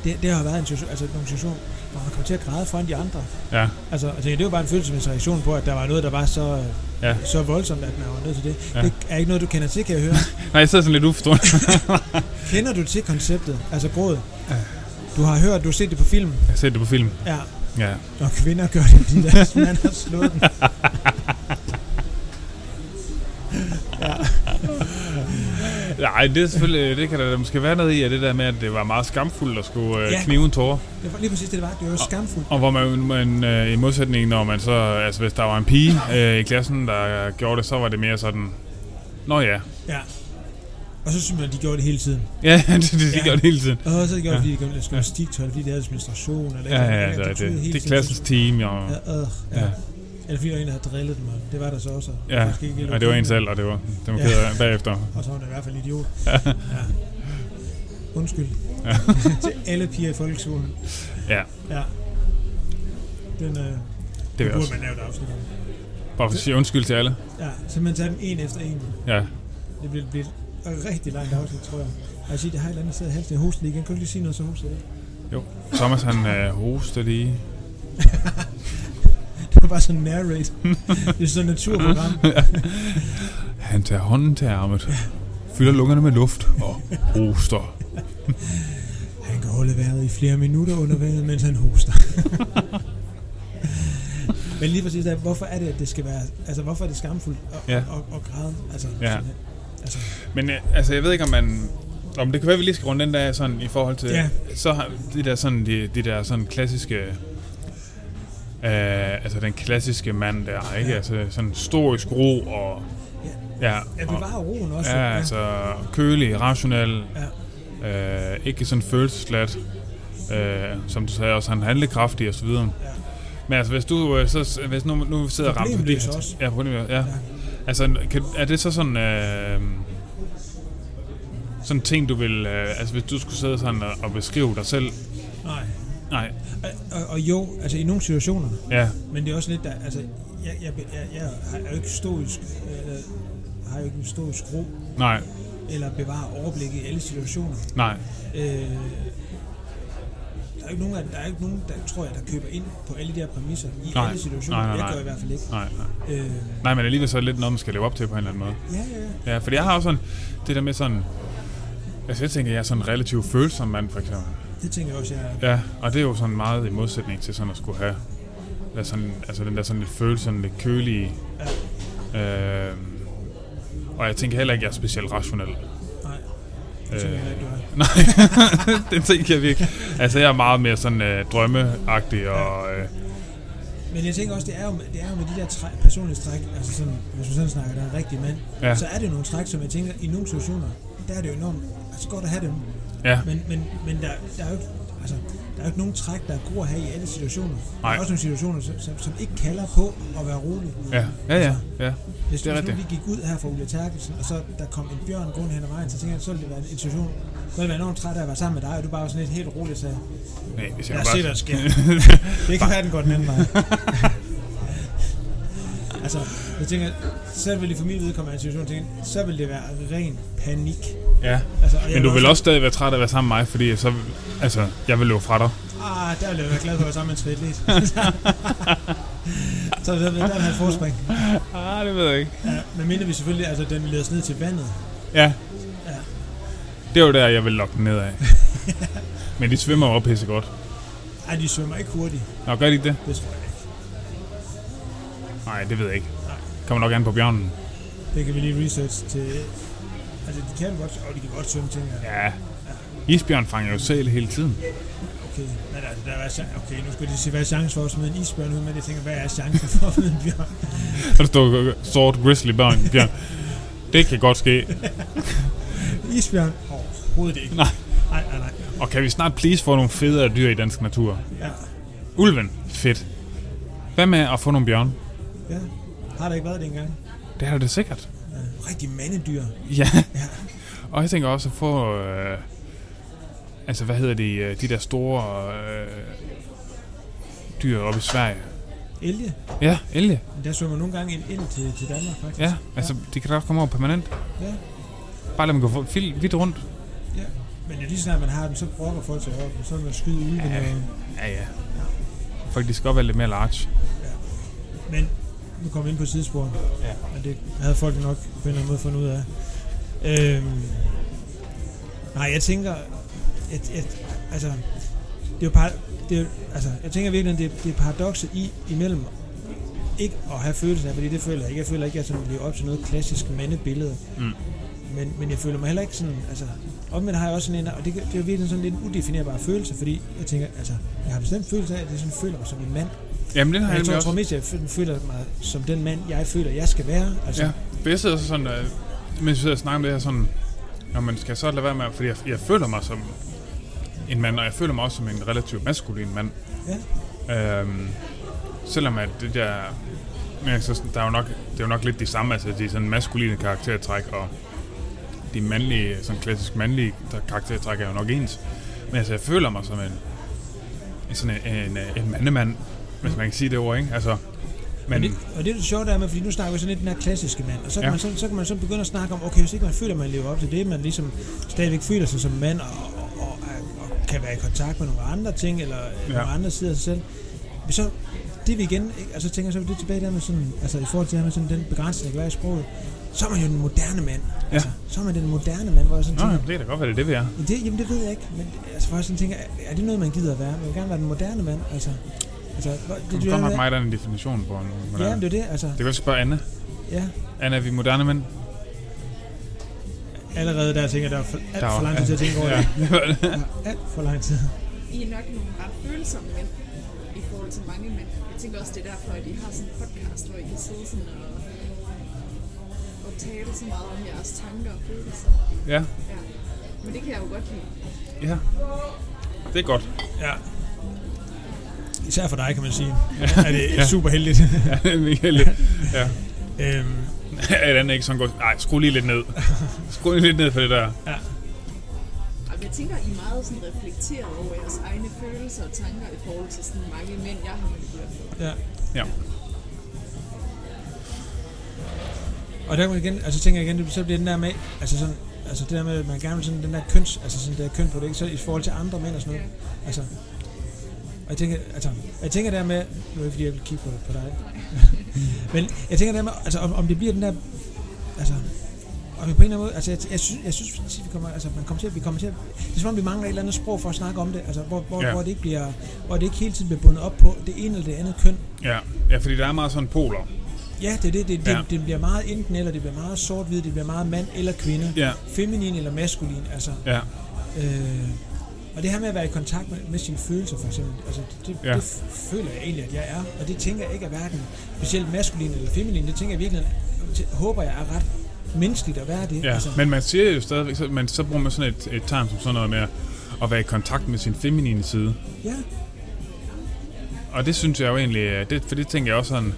Speaker 2: det, det har været en situation, altså nogle situationer, hvor man kommer til at græde foran de andre.
Speaker 1: Ja,
Speaker 2: Altså, jeg tænker, det var bare en følelsesmæssig reaktion på, at der var noget, der var så, øh,
Speaker 1: ja.
Speaker 2: så voldsomt, at man var nødt til det.
Speaker 1: Ja.
Speaker 2: Ja. Det er ikke noget, du kender til, kan jeg høre.
Speaker 1: Nej, jeg sidder sådan lidt uforstående.
Speaker 2: Kender du til konceptet, altså gråd? Du har hørt, du har set det på film.
Speaker 1: Jeg har set det på film.
Speaker 2: Ja,
Speaker 1: Ja.
Speaker 2: Når kvinder gør det, fordi deres mand har slået dem.
Speaker 1: Nej, det, er selvfølgelig, det kan der måske være noget i, at det der med, at det var meget skamfuldt at skulle øh,
Speaker 2: Ja.
Speaker 1: knive en tårer.
Speaker 2: Det var lige præcis det, det var. Det var skamfuldt.
Speaker 1: Og hvor man, man øh, i modsætning, når man så, altså hvis der var en pige øh, i klassen, der gjorde det, så var det mere sådan, Nå ja,
Speaker 2: Ja. Og så synes man, at de gjorde det hele tiden.
Speaker 1: ja, det, det, det
Speaker 2: Ja.
Speaker 1: gør det hele tiden.
Speaker 2: Og så gjorde de, fordi de gjorde gymnastiktøj, fordi de havde administration. Eller et
Speaker 1: Ja,
Speaker 2: eller andet.
Speaker 1: ja, det,
Speaker 2: tog hele
Speaker 1: det, det er
Speaker 2: tiden.
Speaker 1: klassens team, og,
Speaker 2: Ja, øh, ja.
Speaker 1: Ja.
Speaker 2: Eller fordi der var en, der havde drillet dem, og det var der så også. og det var
Speaker 1: ja,
Speaker 2: måske ikke helt
Speaker 1: og det var
Speaker 2: okay,
Speaker 1: en
Speaker 2: men-
Speaker 1: selv, og det var, det var
Speaker 2: Ja.
Speaker 1: ked af bagefter.
Speaker 2: Og så var det i hvert fald en idiot. Ja. Undskyld.
Speaker 1: Ja.
Speaker 2: Til alle piger i folkeskolen.
Speaker 1: Ja,
Speaker 2: Ja. Den, øh,
Speaker 1: det vil jeg
Speaker 2: burde
Speaker 1: også.
Speaker 2: man lave et afsnit om.
Speaker 1: Bare for at sige undskyld til alle.
Speaker 2: Ja, så man tager dem en efter en.
Speaker 1: Ja,
Speaker 2: Det bliver, bliver et rigtig langt afsnit, tror jeg. Og jeg siger, det har et eller andet sted i halsen. Jeg hoster lige igen. Kan du ikke lige sige noget, så hoster jeg.
Speaker 1: Thomas han øh, hoster lige.
Speaker 2: Det var bare sådan narrate. det er sådan et naturprogram.
Speaker 1: Han tager hånden til ærmet, fylder lungerne med luft og hoster.
Speaker 2: Han kan holde vejret i flere minutter under vejret, mens han hoster. Men lige præcis der, hvorfor er det, at det skal være, altså hvorfor er det skamfuldt at,
Speaker 1: Ja.
Speaker 2: ja. at, at, at græde? Altså,
Speaker 1: Ja.
Speaker 2: sådan, altså,
Speaker 1: Men øh, altså, jeg ved ikke, om man... Om det kan være, at vi lige skal runde den der sådan i forhold til...
Speaker 2: Ja.
Speaker 1: Så har de der sådan, de, de der sådan klassiske... Øh, altså den klassiske mand der, ikke?
Speaker 2: Ja.
Speaker 1: Altså sådan storisk ro og... Ja, ja,
Speaker 2: ja,
Speaker 1: og,
Speaker 2: bevarer roen også.
Speaker 1: ja altså kølig, rationel,
Speaker 2: ja.
Speaker 1: øh, ikke sådan følelsesladt, øh, som du sagde også, han er handlekraftig og så videre.
Speaker 2: Ja.
Speaker 1: Men altså, hvis du øh, så, hvis nu, nu sidder og rammer
Speaker 2: Problemløs også.
Speaker 1: Ja, problemløs, ja. ja. Altså, kan, er det så sådan... Øh, sådan ting, du vil... Øh, altså, hvis du skulle sidde sådan og, og beskrive dig selv...
Speaker 2: Nej.
Speaker 1: Nej,
Speaker 2: Og, og, og jo, altså i nogle situationer,
Speaker 1: ja,
Speaker 2: Men det er også lidt, der, altså, jeg, jeg, jeg, jeg har- er jo ikke stoisk, eller, har jo ikke en stoisk ro,
Speaker 1: nej,
Speaker 2: eller bevarer overblik i alle situationer.
Speaker 1: nej,
Speaker 2: Øh, der er ikke nogen, af- der er ikke nogen, der tror jeg, der køber ind på alle de her præmisser i
Speaker 1: Nej.
Speaker 2: alle situationer.
Speaker 1: Nej, nej, nej.
Speaker 2: Jeg gør i hvert fald ikke.
Speaker 1: nej, nej.
Speaker 2: Øh,
Speaker 1: Nej, men alligevel så er det lidt noget, man skal leve op til på en eller anden måde.
Speaker 2: ja, ja, ja.
Speaker 1: Ja, fordi jeg har også sådan... Det der med sådan... Altså, jeg tænker, jeg er sådan en relativt følsom mand, for eksempel.
Speaker 2: Det tænker jeg også, jeg er.
Speaker 1: Ja, og det er jo sådan meget i modsætning til sådan at skulle have der sådan, altså den der sådan lidt følelse, sådan lidt kølige. Ja. Øh, og jeg tænker heller ikke, at jeg er specielt rationel.
Speaker 2: Nej. Det tænker
Speaker 1: Øh.
Speaker 2: jeg ikke, du er.
Speaker 1: Nej, det tænker jeg virkelig. Altså jeg er meget mere sådan øh, drømmeagtig og... Øh,
Speaker 2: Men jeg tænker også, det er jo, med- det er jo med de der træ, personlige træk, altså sådan, hvis man sådan snakker, der er en rigtig mand,
Speaker 1: Ja.
Speaker 2: ja. så er det jo nogle træk, som jeg tænker, i nogle situationer, der er det jo enormt altså godt at have dem.
Speaker 1: ja,
Speaker 2: Men, men, men der, der er jo ikke- altså, der jo ikke nogen træk, der er god at have i alle situationer. Der
Speaker 1: Nej.
Speaker 2: er også nogle situationer, som, som, som ikke kalder på at være rolig.
Speaker 1: Ja, ja, ja. ja.
Speaker 2: Hvis,
Speaker 1: Det er
Speaker 2: det hvis
Speaker 1: rigtigt.
Speaker 2: nu vi gik ud her fra Ulla Terkelsen, og så der kom en bjørn gående hen ad vejen, så tænker jeg, så ville det være en situation, så ville det være enormt træt af at være sammen med dig, og du bare var sådan lidt helt roligt sagde,
Speaker 1: Nej, hvis jeg,
Speaker 2: lad
Speaker 1: jeg
Speaker 2: os se,
Speaker 1: bare...
Speaker 2: hvad der sker. Det kan være, den går den anden vej. altså, jeg tænker, så ville det for min vedkommende situation tænke, så ville det være ren panik.
Speaker 1: Ja.
Speaker 2: Altså, og jeg
Speaker 1: Men du vil også stadig være træt af at være sammen med mig, fordi så, altså, jeg vil løbe fra dig.
Speaker 2: Ah, der ville jeg være glad for at være sammen med en triatlet. så der, der vil jeg have et forspring.
Speaker 1: Ah, det ved jeg ikke.
Speaker 2: Ja, men minder vi selvfølgelig, altså den leder os ned til vandet.
Speaker 1: Ja.
Speaker 2: Ja.
Speaker 1: Det var der, jeg ville lokke den ned af. Men de svømmer jo pisse godt.
Speaker 2: Ej, de svømmer ikke hurtigt.
Speaker 1: Nå, gør de ikke det?
Speaker 2: Det tror jeg ikke.
Speaker 1: Nej, det ved jeg ikke. Kommer nok an på bjørnen.
Speaker 2: Det kan vi lige research til... Altså, de kan godt, og de kan godt svømme, tænker jeg.
Speaker 1: Ja. Isbjørn fanger jo sæl hele tiden.
Speaker 2: Okay, men altså, der er chance. Okay, nu skulle de sige, hvad er chancen for at smide en isbjørn ud, men jeg tænker, hvad er chancen for at smide en bjørn?
Speaker 1: Og der står sort grizzly bjørn. bjørn. Det kan godt ske.
Speaker 2: Isbjørn? Overhovedet ikke.
Speaker 1: Nej.
Speaker 2: Nej, nej, nej.
Speaker 1: Og kan vi snart please få nogle federe dyr i dansk natur?
Speaker 2: Ja.
Speaker 1: Ulven. Fedt. Hvad med at få nogle bjørn?
Speaker 2: ja. Har der ikke været det engang?
Speaker 1: Det er det sikkert.
Speaker 2: Ja. Rigtig mandedyr.
Speaker 1: Ja.
Speaker 2: Ja.
Speaker 1: Og jeg tænker også at få... Øh, altså, hvad hedder de, øh, de der store øh, dyr oppe i Sverige?
Speaker 2: Elge.
Speaker 1: Ja, elge.
Speaker 2: Der svømmer nogle gange en el til, til Danmark, faktisk.
Speaker 1: Ja, altså, de kan da også komme over permanent.
Speaker 2: Ja.
Speaker 1: Bare lad dem gå for- fil- vidt rundt.
Speaker 2: ja. Men jo lige så snart man har den, så brokker folk sig op, og så vil man skyde ulven.
Speaker 1: Ja.
Speaker 2: Ja. Og...
Speaker 1: Ja, ja. Folk, de skal godt være lidt mere large.
Speaker 2: Men nu kommer vi ind på et sidespor.
Speaker 1: Ja.
Speaker 2: Men det havde folk nok på en eller anden måde fundet ud af. Øhm, nej, jeg tænker... Et, et, altså, det er jo par, det er, jo- altså, jeg tænker virkelig, det, er- det er paradokset i, imellem ikke at have følelsen af, fordi det føler jeg ikke. Jeg føler ikke, at jeg sådan lever op til noget klassisk mandebillede.
Speaker 1: Mm.
Speaker 2: Men, men jeg føler mig heller ikke sådan, altså, omvendt har jeg også sådan en, og det, kan- det er jo virkelig sådan lidt en udefinerbar følelse, fordi jeg tænker, altså, jeg har bestemt følelse af, at jeg sådan føler mig som en mand,
Speaker 1: Jamen, det har jeg
Speaker 2: jeg tror,
Speaker 1: nemlig
Speaker 2: jeg tror
Speaker 1: også.
Speaker 2: mest, jeg fø- føler mig som den mand, jeg føler, jeg skal være. Altså,
Speaker 1: Ja. For jeg sidder så sådan, øh, mens vi sidder og snakker om det her, sådan, når man skal jeg så lade være med, at-" fordi jeg, jeg føler mig som en mand, og jeg føler mig også som en relativt maskulin mand.
Speaker 2: ja.
Speaker 1: Øhm, selvom at det der... Men så, sådan- der er jo nok, det er jo nok lidt de samme, altså de sådan maskuline karaktertræk og de mandlige, sådan klassisk mandlige der- karaktertræk er jo nok ens. Men altså, jeg føler mig som en, en sådan en, en, en mandemand, hvis man kan sige det ord, ikke? Altså, men,
Speaker 2: Og, det, og det er det sjovt der med, fordi nu snakker vi sådan lidt den her klassiske mand, og så kan,
Speaker 1: Ja.
Speaker 2: ja. man, så, så kan man så begynde at snakke om, okay, hvis ikke man føler, man lever op til det, man ligesom stadigvæk føler sig som mand, og, og, og, og kan være i kontakt med nogle andre ting, eller ja. nogle andre sider af sig selv, men så det vi igen, ikke? altså tænker jeg så det tilbage der med sådan, altså i forhold til det her med sådan den begrænsning, der kan være i sproget, så er man jo den moderne mand.
Speaker 1: Ja.
Speaker 2: Altså, så er man den moderne mand, hvor jeg sådan
Speaker 1: Nå,
Speaker 2: tænker,
Speaker 1: jamen, det kan da godt være, det er det, vi er.
Speaker 2: Men Det, jamen det ved jeg ikke, men altså for jeg sådan tænker, er- er det noget, man gider at være? Man vil gerne være den moderne mand, altså. altså hvor- det,
Speaker 1: Det
Speaker 2: det,
Speaker 1: er godt nok
Speaker 2: det-
Speaker 1: mig, der er en definition på en moderne.
Speaker 2: Ja, men
Speaker 1: det...
Speaker 2: det er det, altså.
Speaker 1: det kan jeg spørge Anna.
Speaker 2: Ja.
Speaker 1: Anna, er vi moderne mænd?
Speaker 2: Allerede der tænker jeg, der er for, alt
Speaker 1: Der er-
Speaker 2: for lang tid til at tænke over det.
Speaker 1: Ja.
Speaker 2: Der er alt for lang tid.
Speaker 3: I er nok nogle ret følsomme mænd i forhold til mange mænd. Jeg tænker også, det er derfor, at I har sådan en podcast, hvor I kan sidde sådan og, og tale så meget om jeres tanker og følelser.
Speaker 1: ja.
Speaker 3: Ja. Men det kan jeg jo godt lide.
Speaker 1: ja. Det er godt.
Speaker 2: Ja. Især for dig, kan man sige. er det super heldigt.
Speaker 1: Ja, det er mega lidt. Ja.
Speaker 2: øhm,
Speaker 1: Ja, den er ikke sådan god. Nej, skru lige lidt ned. Skru lige lidt ned for det der.
Speaker 3: Og jeg tænker, I er meget sådan reflekteret over jeres egne følelser og tanker i forhold til sådan mange mænd, jeg har mødt. i hvert fald.
Speaker 2: ja.
Speaker 1: Ja.
Speaker 2: Og der kan man igen, altså tænker jeg igen, så bliver den der med, altså sådan, altså det der med, at man gerne vil sådan den der køns, altså sådan det der køn på det, ikke? Så i forhold til andre mænd og sådan noget. Altså, og jeg tænker, altså, jeg tænker der med, nu er det fordi, jeg vil kigge på, på dig. Men jeg tænker der med, altså om, om det bliver den der, altså, og på en eller anden måde, altså jeg, jeg synes, jeg synes tit, vi kommer, altså man kommer til, at- vi kommer til, at- det er som om vi mangler et eller andet sprog for at snakke om det, altså hvor, hvor,
Speaker 1: Ja.
Speaker 2: ja. hvor det ikke bliver, hvor det ikke hele tiden bliver bundet op på det ene eller det andet køn.
Speaker 1: Ja, ja fordi der er meget sådan poler.
Speaker 2: Ja, det er det. Det, det,
Speaker 1: Ja.
Speaker 2: ja. det bliver meget enten eller, det bliver meget sort-hvid, det bliver meget mand eller kvinde.
Speaker 1: Ja.
Speaker 2: Feminin eller maskulin, altså.
Speaker 1: Ja,
Speaker 2: Øh, og det her med at være i kontakt med, med sine følelser, for eksempel, altså, det,
Speaker 1: Ja.
Speaker 2: ja. det f- føler jeg egentlig, at jeg er. Og det tænker jeg ikke er hverken specielt maskulin eller feminin. Det tænker jeg virkelig, håber jeg er ret menneskeligt at være det.
Speaker 1: ja.
Speaker 2: Altså,
Speaker 1: Men man siger jo stadigvæk, så, man, så bruger man sådan et, et term som sådan noget med, at være i kontakt med sin feminine side.
Speaker 2: Ja,
Speaker 1: Og det synes jeg jo egentlig, øh, det, for det tænker jeg også sådan,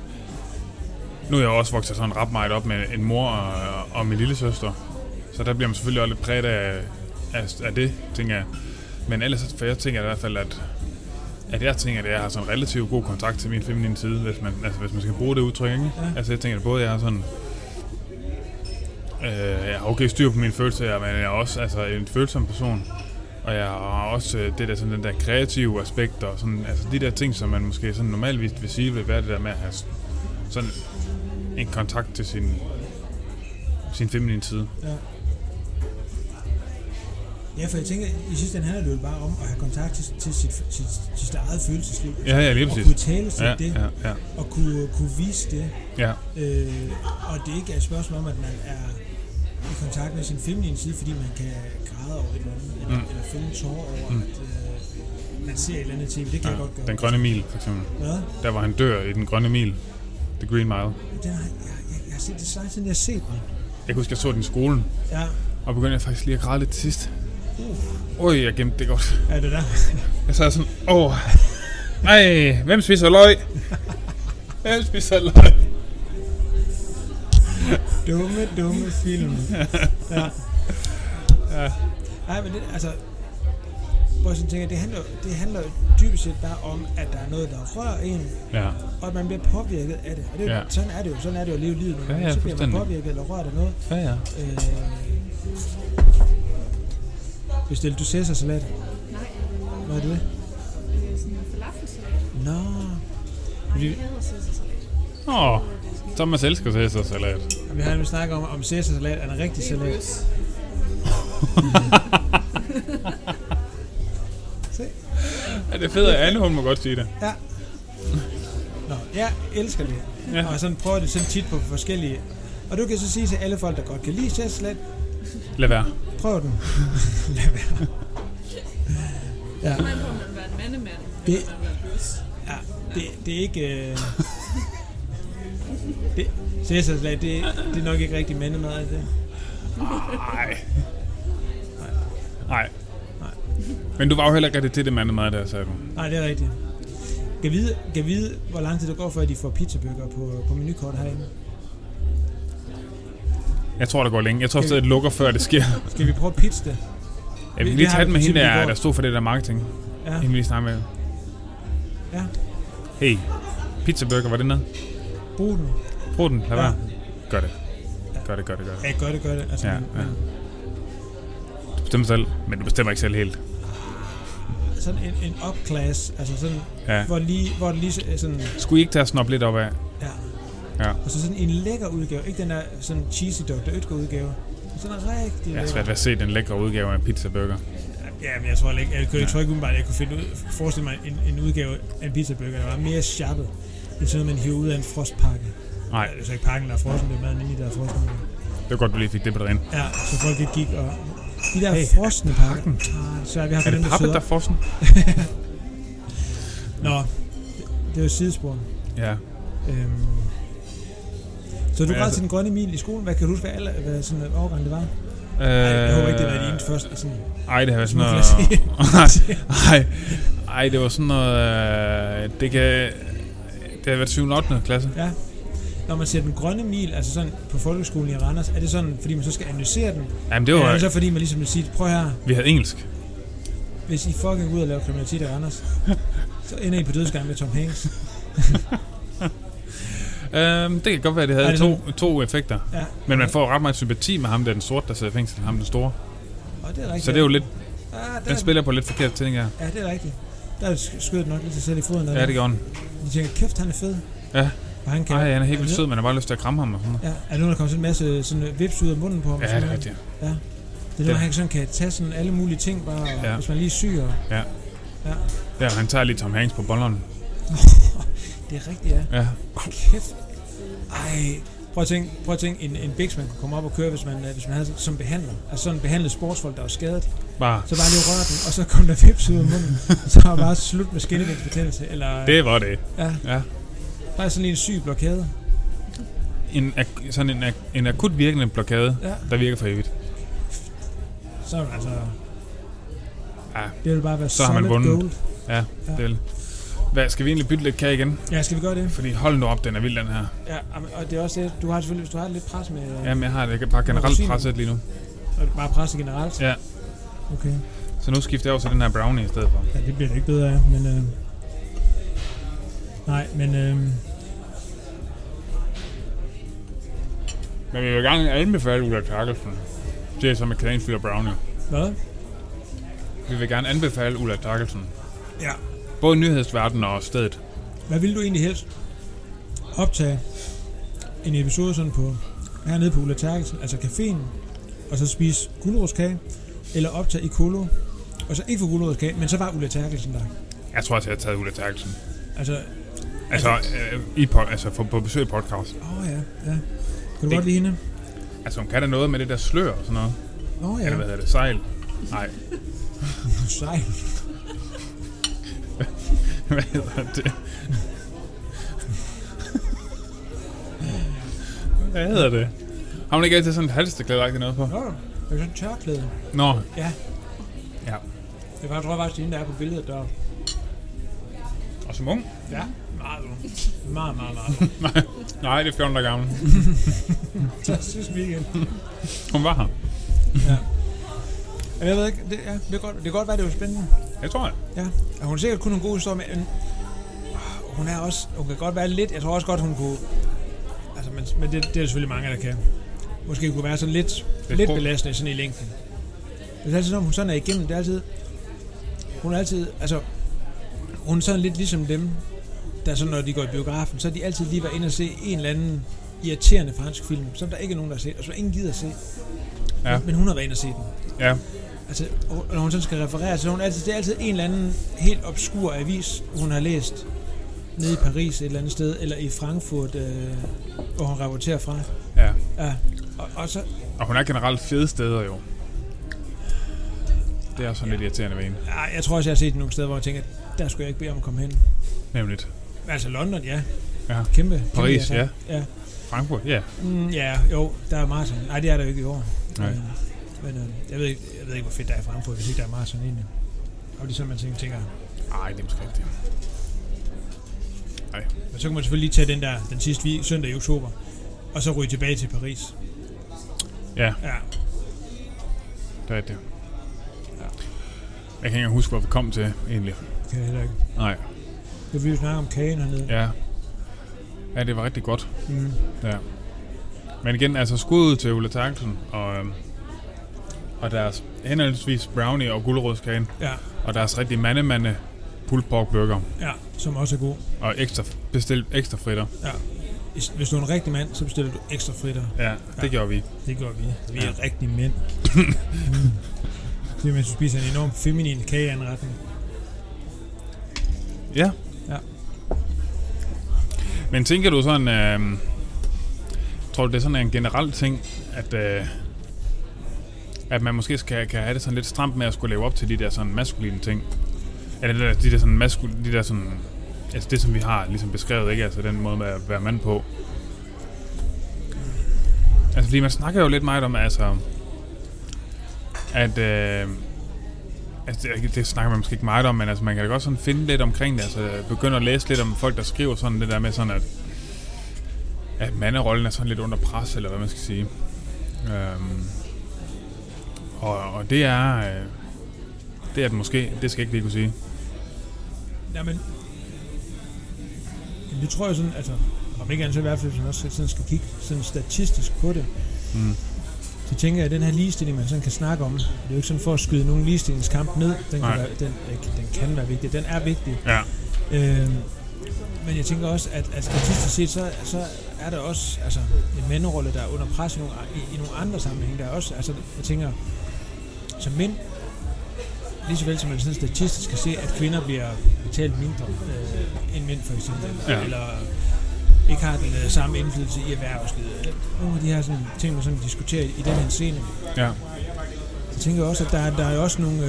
Speaker 1: nu er jeg jo også vokset sådan ret meget op med en mor og, og min lille søster. Så der bliver man selvfølgelig også lidt præget af, af, af det, tænker jeg. Men ellers, for jeg tænker i hvert fald, at, at jeg tænker, at jeg har sådan relativt god kontakt til min feminine side, hvis man, altså, hvis man skal bruge det udtryk, ikke? Ja. Altså jeg tænker at både, jeg har sådan... Øh, jeg har okay styr på mine følelser, men jeg er også altså, en følsom person. Og jeg har også øh, det der, sådan, den der kreative aspekt, og sådan, altså de der ting, som man måske sådan normalvis vil sige, vil være det der med at have s- sådan en kontakt til sin, sin feminine side.
Speaker 2: ja for jeg tænker, i sidste ende handler det jo bare om at have kontakt til, til sit, sit, sit, sit eget følelsesliv. altså,
Speaker 1: Ja, ja, lige
Speaker 2: og
Speaker 1: præcis.
Speaker 2: kunne tale til
Speaker 1: Ja,
Speaker 2: det,
Speaker 1: ja, ja,
Speaker 2: og kunne, kunne vise det.
Speaker 1: ja.
Speaker 2: Øh, og det ikke er et spørgsmål om, at man er i kontakt med sin feminine side, fordi man kan græde over et eller andet, eller,
Speaker 1: Mm.
Speaker 2: mm. eller finde tårer over, mm. at øh, man ser et eller andet tv. Det kan jeg godt
Speaker 1: ja.
Speaker 2: gøre.
Speaker 1: Den grønne mil, for eksempel.
Speaker 2: Hvad?
Speaker 1: Der var han dør i den grønne mil. The Green Mile.
Speaker 2: Den har, jeg, jeg, jeg har set det så lang tid, jeg har set den.
Speaker 1: Jeg kan huske, jeg så den i skolen,
Speaker 2: Ja,
Speaker 1: og begyndte jeg faktisk lige at græde lidt til sidst. Oj, jeg gemte det godt.
Speaker 2: er det der?
Speaker 1: Jeg sad sådan, åh, nej, hvem spiser løg? Hvem spiser løg?
Speaker 2: dumme, dumme film. ja. ja. Ej, men det, altså... Hvor jeg sådan tænker, det handler, det handler jo dybest set bare om, at der er noget, der rører en,
Speaker 1: Ja,
Speaker 2: og at man bliver påvirket af det. Og det er,
Speaker 1: Ja.
Speaker 2: ja. sådan er det jo. Sådan er det jo at leve livet. nogle
Speaker 1: Ja,
Speaker 2: gange.
Speaker 1: ja,
Speaker 2: så bliver man
Speaker 1: fuldstændig.
Speaker 2: påvirket eller rørt af noget.
Speaker 1: ja, ja.
Speaker 2: Øh, bestil du Cæsar-salat?
Speaker 3: Nej, øh,
Speaker 2: Hvad er det?
Speaker 3: det er sådan en falafelsalat.
Speaker 2: Nå.
Speaker 3: Nej, jeg hader sødsalat.
Speaker 1: Åh, Thomas elsker Cæsar-salat.
Speaker 2: Vi har nemlig snakket om, om Cæsar-salat er en rigtig
Speaker 3: Det er
Speaker 2: salat.
Speaker 3: løs.
Speaker 1: Ja, det fede er, Anne, hun må godt sige det.
Speaker 2: Ja. Nå, jeg elsker det.
Speaker 1: Ja.
Speaker 2: Ja. Og sådan prøver det sådan tit på forskellige. Og du kan så sige til alle folk, der godt kan lide Cæsar-salat,
Speaker 1: Lad være.
Speaker 2: prøv den. Lad være. Ja,
Speaker 3: Man må man være en mandemand,
Speaker 2: Det-
Speaker 3: eller man være løs.
Speaker 2: ja. Det, det er ikke... Øh... Det, Cæsar-salat, det, det er nok ikke rigtig mandemad, er det det?
Speaker 1: Nej. Nej.
Speaker 2: Nej.
Speaker 1: Men du var jo heller ikke rigtig til det mand meget der, sagde du.
Speaker 2: Nej, det er rigtigt. Kan vide, kan vide, hvor lang tid det går, før de får pizzabøger på, på menukortet herinde?
Speaker 1: Jeg tror, det går længe. Jeg tror stadig, det lukker, før det sker.
Speaker 2: Skal vi prøve at pitche det?
Speaker 1: Jeg vil lige
Speaker 2: Vi- vi
Speaker 1: tage
Speaker 2: har
Speaker 1: den med hende,
Speaker 2: princippet i
Speaker 1: der,
Speaker 2: går.
Speaker 1: der stod for det der marketing.
Speaker 2: Ja,
Speaker 1: Hende vi lige snakke med.
Speaker 2: ja.
Speaker 1: Hey, pizza burger, var det noget?
Speaker 2: Brug den.
Speaker 1: Brug den, lad
Speaker 2: Ja.
Speaker 1: være. Gør det. Gør det, gør det, gør det.
Speaker 2: Ja, gør det, gør det. Altså,
Speaker 1: Ja,
Speaker 2: men-
Speaker 1: ja.
Speaker 2: men
Speaker 1: Du bestemmer selv, men du bestemmer ikke selv helt.
Speaker 2: Sådan en, en upclass, altså sådan,
Speaker 1: Ja.
Speaker 2: hvor, lige, hvor det lige er sådan,
Speaker 1: Skulle I ikke tage at snoppe lidt op af?
Speaker 2: ja.
Speaker 1: Ja.
Speaker 2: Og så sådan en lækker udgave, ikke den der sådan cheesy Dr. Ødger udgave. Men Sådan en
Speaker 1: Jeg har
Speaker 2: rigtig lækker.
Speaker 1: svært ved at se den lækre udgave af pizza burger.
Speaker 2: Ja, men jeg tror ikke, jeg, kunne, jeg tror ikke umiddelbart, at jeg kunne finde ud, forestille mig en, en udgave af en pizzabøger, der var mere sjappet, end sådan, noget, man hiver ud af en frostpakke.
Speaker 1: Nej,
Speaker 2: Ja, det er så ikke pakken, der er frossen, det er maden inde i, der er frossen.
Speaker 1: det var godt, du lige fik det på det rene.
Speaker 2: Ja, så folk ikke gik og... De der
Speaker 1: Hey,
Speaker 2: hey, frosne pakker. Ah, så er vi har
Speaker 1: Er
Speaker 2: for
Speaker 1: det
Speaker 2: dem, der
Speaker 1: pappet,
Speaker 2: sidder.
Speaker 1: der får sådan?
Speaker 2: Nå, det, det er jo sidesporen.
Speaker 1: Ja.
Speaker 2: Øhm. Så
Speaker 1: Men
Speaker 2: du græd
Speaker 1: altså-
Speaker 2: til den grønne mil i skolen. Hvad kan du huske, hvad, alder, hvad sådan en overgang det var? Øh,
Speaker 1: Øh,
Speaker 2: jeg håber ikke, det var din første. altså. Sådan,
Speaker 1: Ej, det har været sådan
Speaker 2: Små
Speaker 1: noget... Ej, ej, det var sådan noget... Øh, det kan... Det har været 7. 8. klasse.
Speaker 2: ja. Når man ser den grønne mil, altså sådan på folkeskolen i Randers, er det sådan, fordi man så skal analysere den?
Speaker 1: Jamen, det
Speaker 2: Jo,
Speaker 1: var...
Speaker 2: eller er det så fordi, man ligesom vil sige, prøv her,
Speaker 1: Vi havde engelsk.
Speaker 2: hvis I fucking går ud og laver kriminalitet i Randers, så ender I på dødsgangen med Tom Hanks.
Speaker 1: Øhm, det kan godt være, at det havde
Speaker 2: Er det
Speaker 1: to, to effekter.
Speaker 2: Ja.
Speaker 1: Men man får ret meget sympati med ham, der er den sorte, der sidder i fængsel, ham den store.
Speaker 2: Og det er rigtigt.
Speaker 1: Så det er jo lidt,
Speaker 2: Ah, der,
Speaker 1: den spiller på lidt forkert ting her.
Speaker 2: Ja, det er rigtigt. Der sk- skød den nok lidt sig selv i foden.
Speaker 1: Ja, det gør han.
Speaker 2: De tænker, kæft, han er fed.
Speaker 1: Ja.
Speaker 2: Og han kan...
Speaker 1: Ej, han er helt vildt
Speaker 2: det-
Speaker 1: sød, man har bare lyst til at kramme ham. Og sådan noget.
Speaker 2: Ja, er nu der kommet sådan en masse øh, sådan vips ud af munden på ham.
Speaker 1: Ja, det
Speaker 2: sådan
Speaker 1: er
Speaker 2: noget.
Speaker 1: rigtigt.
Speaker 2: Det er noget, han sådan kan tage sådan alle mulige ting, bare, og
Speaker 1: Ja.
Speaker 2: hvis man lige er syg. Og,
Speaker 1: Ja, han tager lige Tom Hanks på bolleren.
Speaker 2: det er rigtigt, ja.
Speaker 1: Ja.
Speaker 2: Kæft. Ej, prøv at tænke, prøv at tænke en, en biks, man kunne komme op og køre, hvis man, øh, hvis man havde som behandler. Altså sådan behandlet sportsfolk, der var skadet.
Speaker 1: Bare,
Speaker 2: Så bare lige rør den, og så kom der vips ud af munden. så var bare slut med skinnevægtsbetændelse. Eller
Speaker 1: det var det.
Speaker 2: Ja,
Speaker 1: Ja.
Speaker 2: bare sådan lige en syg blokade.
Speaker 1: En, ak- sådan en, ak- en akut virkende blokade,
Speaker 2: Ja,
Speaker 1: der virker for evigt.
Speaker 2: så er man altså...
Speaker 1: Ja,
Speaker 2: Det vil bare være
Speaker 1: Så har man
Speaker 2: solid
Speaker 1: vundet.
Speaker 2: gold.
Speaker 1: ja, det er det. Hvad, skal vi egentlig bytte lidt kage igen?
Speaker 2: Ja, skal vi gøre det?
Speaker 1: Fordi hold nu op, den er vild, den her.
Speaker 2: Ja, amen, og det er også det, du har selvfølgelig, hvis du har lidt pres med, øh, ja.
Speaker 1: Jamen, jeg har det bare generelt
Speaker 2: Rosinen.
Speaker 1: presset lige nu.
Speaker 2: bare pres generelt.
Speaker 1: Ja.
Speaker 2: Okay.
Speaker 1: Så nu skifter jeg over til den her brownie i stedet for.
Speaker 2: Ja, det bliver det ikke bedre af, men... Øh... Nej, men... Øh...
Speaker 1: Men vi vil gerne anbefale Ulla Terkelsen. Det er som et kanelsfyld og brownie.
Speaker 2: Hvad?
Speaker 1: Vi vil gerne anbefale Ulla Terkelsen.
Speaker 2: Ja.
Speaker 1: Både nyhedsverdenen og stedet.
Speaker 2: Hvad ville du egentlig helst optage en episode sådan på hernede på Ulla Terkelsen, altså caféen, og så spise gulerodskage, eller optage i Kolo, og så ikke få gulerodskage, men så var Ulla Terkelsen der.
Speaker 1: Jeg tror også, jeg har taget Ulla Terkelsen.
Speaker 2: Altså,
Speaker 1: Altså, øh, i pod, altså for, på besøg i podcast.
Speaker 2: åh oh ja, ja. Kan du
Speaker 1: Det-
Speaker 2: godt lide hende?
Speaker 1: Altså, hun kan da noget med det der slør og sådan noget.
Speaker 2: Åh oh,
Speaker 1: Ja.
Speaker 2: ja,
Speaker 1: Eller hvad hedder det? Sejl? Nej.
Speaker 2: sej.
Speaker 1: hvad hedder det? hvad hedder det? Har hun ikke altid sådan et halsteklæde noget på?
Speaker 2: Nå, det er sådan en tørklæde.
Speaker 1: Nå,
Speaker 2: Det var, tror jeg faktisk, det er hende, der er på billedet der.
Speaker 1: og som ung?
Speaker 2: Ja, meget, ung. meget, meget, meget. ung.
Speaker 1: Nej, det er 14 år gammel.
Speaker 2: Så synes vi igen.
Speaker 1: Hun var her.
Speaker 2: Jeg ved ikke, det, ja, det, kan godt, det kan godt være, det var spændende.
Speaker 1: Jeg tror, jeg.
Speaker 2: Ja, og hun har sikkert kun nogle gode historier, men øh, hun er også, hun kan godt være lidt, jeg tror også godt, hun kunne, altså, men, men det, det er der selvfølgelig mange, der kan. Måske kunne være sådan lidt,
Speaker 1: Lidt
Speaker 2: lidt, lidt
Speaker 1: pro-
Speaker 2: belastende sådan i længden. Det er altid, når hun sådan er igennem, det er altid, hun er altid, altså, hun er sådan lidt ligesom dem, der sådan, når de går i biografen, så er de altid lige været inde og se en eller anden irriterende fransk film, som der ikke er nogen, der har set, og som ingen gider at se.
Speaker 1: Ja.
Speaker 2: Men, men hun har været inde og se den.
Speaker 1: Ja.
Speaker 2: Altså, og- og når hun sådan skal referere, så er hun altid, det er altid en eller anden helt obskur avis, hun har læst nede i Paris et eller andet sted, eller i Frankfurt, øh, hvor hun rapporterer fra.
Speaker 1: Ja.
Speaker 2: Ja, og, og så,
Speaker 1: Og hun er generelt fede steder jo. Det er sådan ja. lidt irriterende ved hende.
Speaker 2: ja, jeg tror også, jeg har set nogle steder, hvor jeg tænker, der skulle jeg ikke bede om at komme hen.
Speaker 1: Nemlig.
Speaker 2: Altså London, ja.
Speaker 1: Ja.
Speaker 2: Kæmpe. kæmpe
Speaker 1: Paris,
Speaker 2: tak.
Speaker 1: ja.
Speaker 2: Ja.
Speaker 1: Frankfurt, ja.
Speaker 2: Mm, ja, jo, der er maraton. Nej, det er der jo ikke i år.
Speaker 1: Nej.
Speaker 2: Øh, Men øh, jeg, ved ikke, jeg ved ikke, hvor fedt der er i Frankfurt, hvis ikke der er maraton egentlig. Og det er sådan, man tænker, tænker
Speaker 1: Ej, det er måske rigtigt.
Speaker 2: Men så kan man selvfølgelig lige tage den der, den sidste vi, søndag i oktober, og så ryge tilbage til Paris.
Speaker 1: Ja.
Speaker 2: Ja,
Speaker 1: Det er rigtigt. Jeg kan ikke engang huske, hvor vi kom til, egentlig.
Speaker 2: det kan jeg heller ikke.
Speaker 1: Nej,
Speaker 2: Det vi jo snakke om kagen hernede.
Speaker 1: ja. Ja, det var rigtig godt.
Speaker 2: Mm.
Speaker 1: Men igen, altså skud til Ulla Terkelsen og, øhm, og deres henholdsvis brownie og guldrødskagen.
Speaker 2: Ja.
Speaker 1: Og deres rigtig mandemande pulled pork burger.
Speaker 2: ja, som også er god.
Speaker 1: Og ekstra, bestilt ekstra fritter.
Speaker 2: Hvis- Hvis du er en rigtig mand, så bestiller du ekstra fritter.
Speaker 1: Ja, det
Speaker 2: Ja.
Speaker 1: gjorde vi.
Speaker 2: Det gør vi. Vi er
Speaker 1: Ja.
Speaker 2: rigtige mænd. mm. Det er, mens du spiser en enorm feminin kageanretning.
Speaker 1: Ja.
Speaker 2: Ja.
Speaker 1: Men tænker du sådan, øh, tror du det er sådan en generel ting, at, øh, at man måske skal, kan have det sådan lidt stramt med at skulle leve op til de der sådan maskuline ting? Eller de der, de der sådan maskuline, de der sådan, altså det som vi har ligesom beskrevet, ikke? Altså den måde med at være mand på. Altså fordi man snakker jo lidt meget om, altså, at, øh, Altså, det, det snakker man måske ikke meget om, men altså, man kan da godt sådan finde lidt omkring det. Altså, begynde at læse lidt om folk, der skriver sådan det der med sådan, at, at manderollen er sådan lidt under pres, eller hvad man skal sige. Øhm, og, og det er... Øh, det er det måske. Det skal jeg ikke lige kunne sige.
Speaker 2: Jamen, jamen, det tror jeg sådan, altså, om ikke andet så i hvert fald, hvis man også sådan skal kigge sådan statistisk på det,
Speaker 1: Mm.
Speaker 2: så tænker jeg, at den her ligestilling, man sådan kan snakke om, det er jo ikke sådan for at skyde nogen ligestillingskamp ned, den
Speaker 1: Nej.
Speaker 2: kan, være, den, øh, den kan være vigtig, den er vigtig.
Speaker 1: Ja.
Speaker 2: Øh, men jeg tænker også, at, at statistisk set, så, så er der også altså, en manderolle, der er under pres i nogle, i, i nogle andre sammenhænge. Der er også, altså, jeg tænker, som mænd, lige så vel som man sådan statistisk kan se, at kvinder bliver betalt mindre øh, end mænd for eksempel,
Speaker 1: Ja.
Speaker 2: ja. eller ikke har den øh, samme indflydelse i erhvervslivet. Øh, Nogle af de her sådan, ting, man sådan diskuterer i den her scene.
Speaker 1: Ja.
Speaker 2: Jeg tænker også, at der, er- der er jo også nogle... Øh,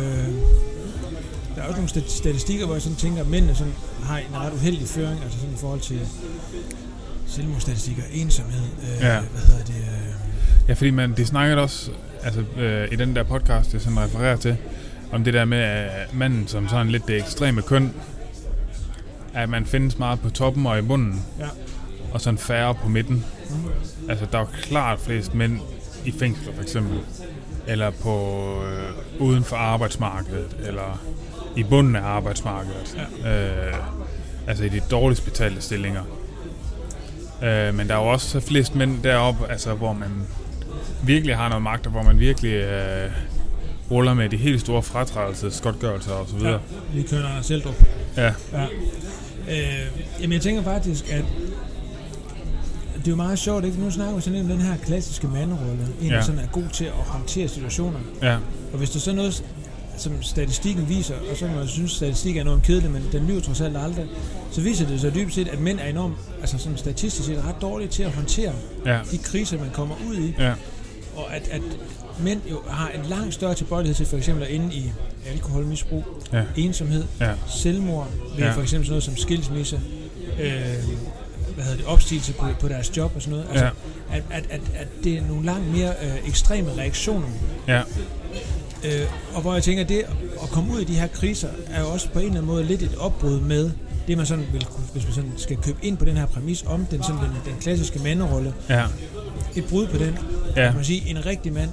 Speaker 2: der er også nogle stat- statistikker, hvor jeg sådan tænker, at mændene sådan har en ret uheldig føring, altså sådan i forhold til selvmordsstatistikker, ensomhed, øh,
Speaker 1: Ja.
Speaker 2: ja. hvad hedder det, øh,
Speaker 1: Ja, fordi man, de snakkede også, altså øh, i den der podcast, jeg sådan refererer til, om det der med at manden som sådan lidt det ekstreme køn, at man findes meget på toppen og i bunden,
Speaker 2: Ja.
Speaker 1: og sådan færre på midten. Altså, der er jo klart flest mænd i fængsler, for eksempel. Eller på øh, uden for arbejdsmarkedet, eller i bunden af arbejdsmarkedet. Ja. Øh, altså i de dårligst betalte stillinger. Øh, men der er jo også flest mænd deroppe, altså, hvor man virkelig har noget magt, og hvor man virkelig øh, ruller med de helt store fratrædelsesgodtgørelser og så videre.
Speaker 2: Lige kører Anders Eldrup.
Speaker 1: Ja.
Speaker 2: Ja. Øh, jamen, jeg tænker faktisk, at det er jo meget sjovt, ikke? Nu snakker vi sådan lidt om den her klassiske manderolle. En, ja. der
Speaker 1: Ja.
Speaker 2: sådan er god til at håndtere situationer.
Speaker 1: Ja. ja.
Speaker 2: Og hvis der så er noget, som statistikken viser, og så kan man synes, at statistik er enormt kedelig, men den lyver trods alt aldrig, så viser det så dybest set, at mænd er enormt, altså sådan statistisk set, ret dårlige til at håndtere
Speaker 1: Ja.
Speaker 2: de kriser, man kommer ud i.
Speaker 1: Ja.
Speaker 2: Og at, at mænd jo har en langt større tilbøjelighed til for eksempel at ende i alkoholmisbrug,
Speaker 1: Ja.
Speaker 2: ensomhed,
Speaker 1: Ja.
Speaker 2: selvmord, ved
Speaker 1: Ja.
Speaker 2: ja. for eksempel sådan noget som skilsmisse, øh, hvad hedder det, opstigelse på, på deres job og sådan noget. Altså,
Speaker 1: Ja.
Speaker 2: at, at, at, at det er nogle langt mere øh, ekstreme reaktioner.
Speaker 1: Ja.
Speaker 2: Øh, og hvor jeg tænker, at det at komme ud i de her kriser, er jo også på en eller anden måde lidt et opbrud med det, man sådan vil, kunne- hvis man sådan skal købe ind på den her præmis om den, sådan den, den klassiske manderolle.
Speaker 1: Ja.
Speaker 2: Et brud på den,
Speaker 1: Ja.
Speaker 2: kan man sige, en rigtig mand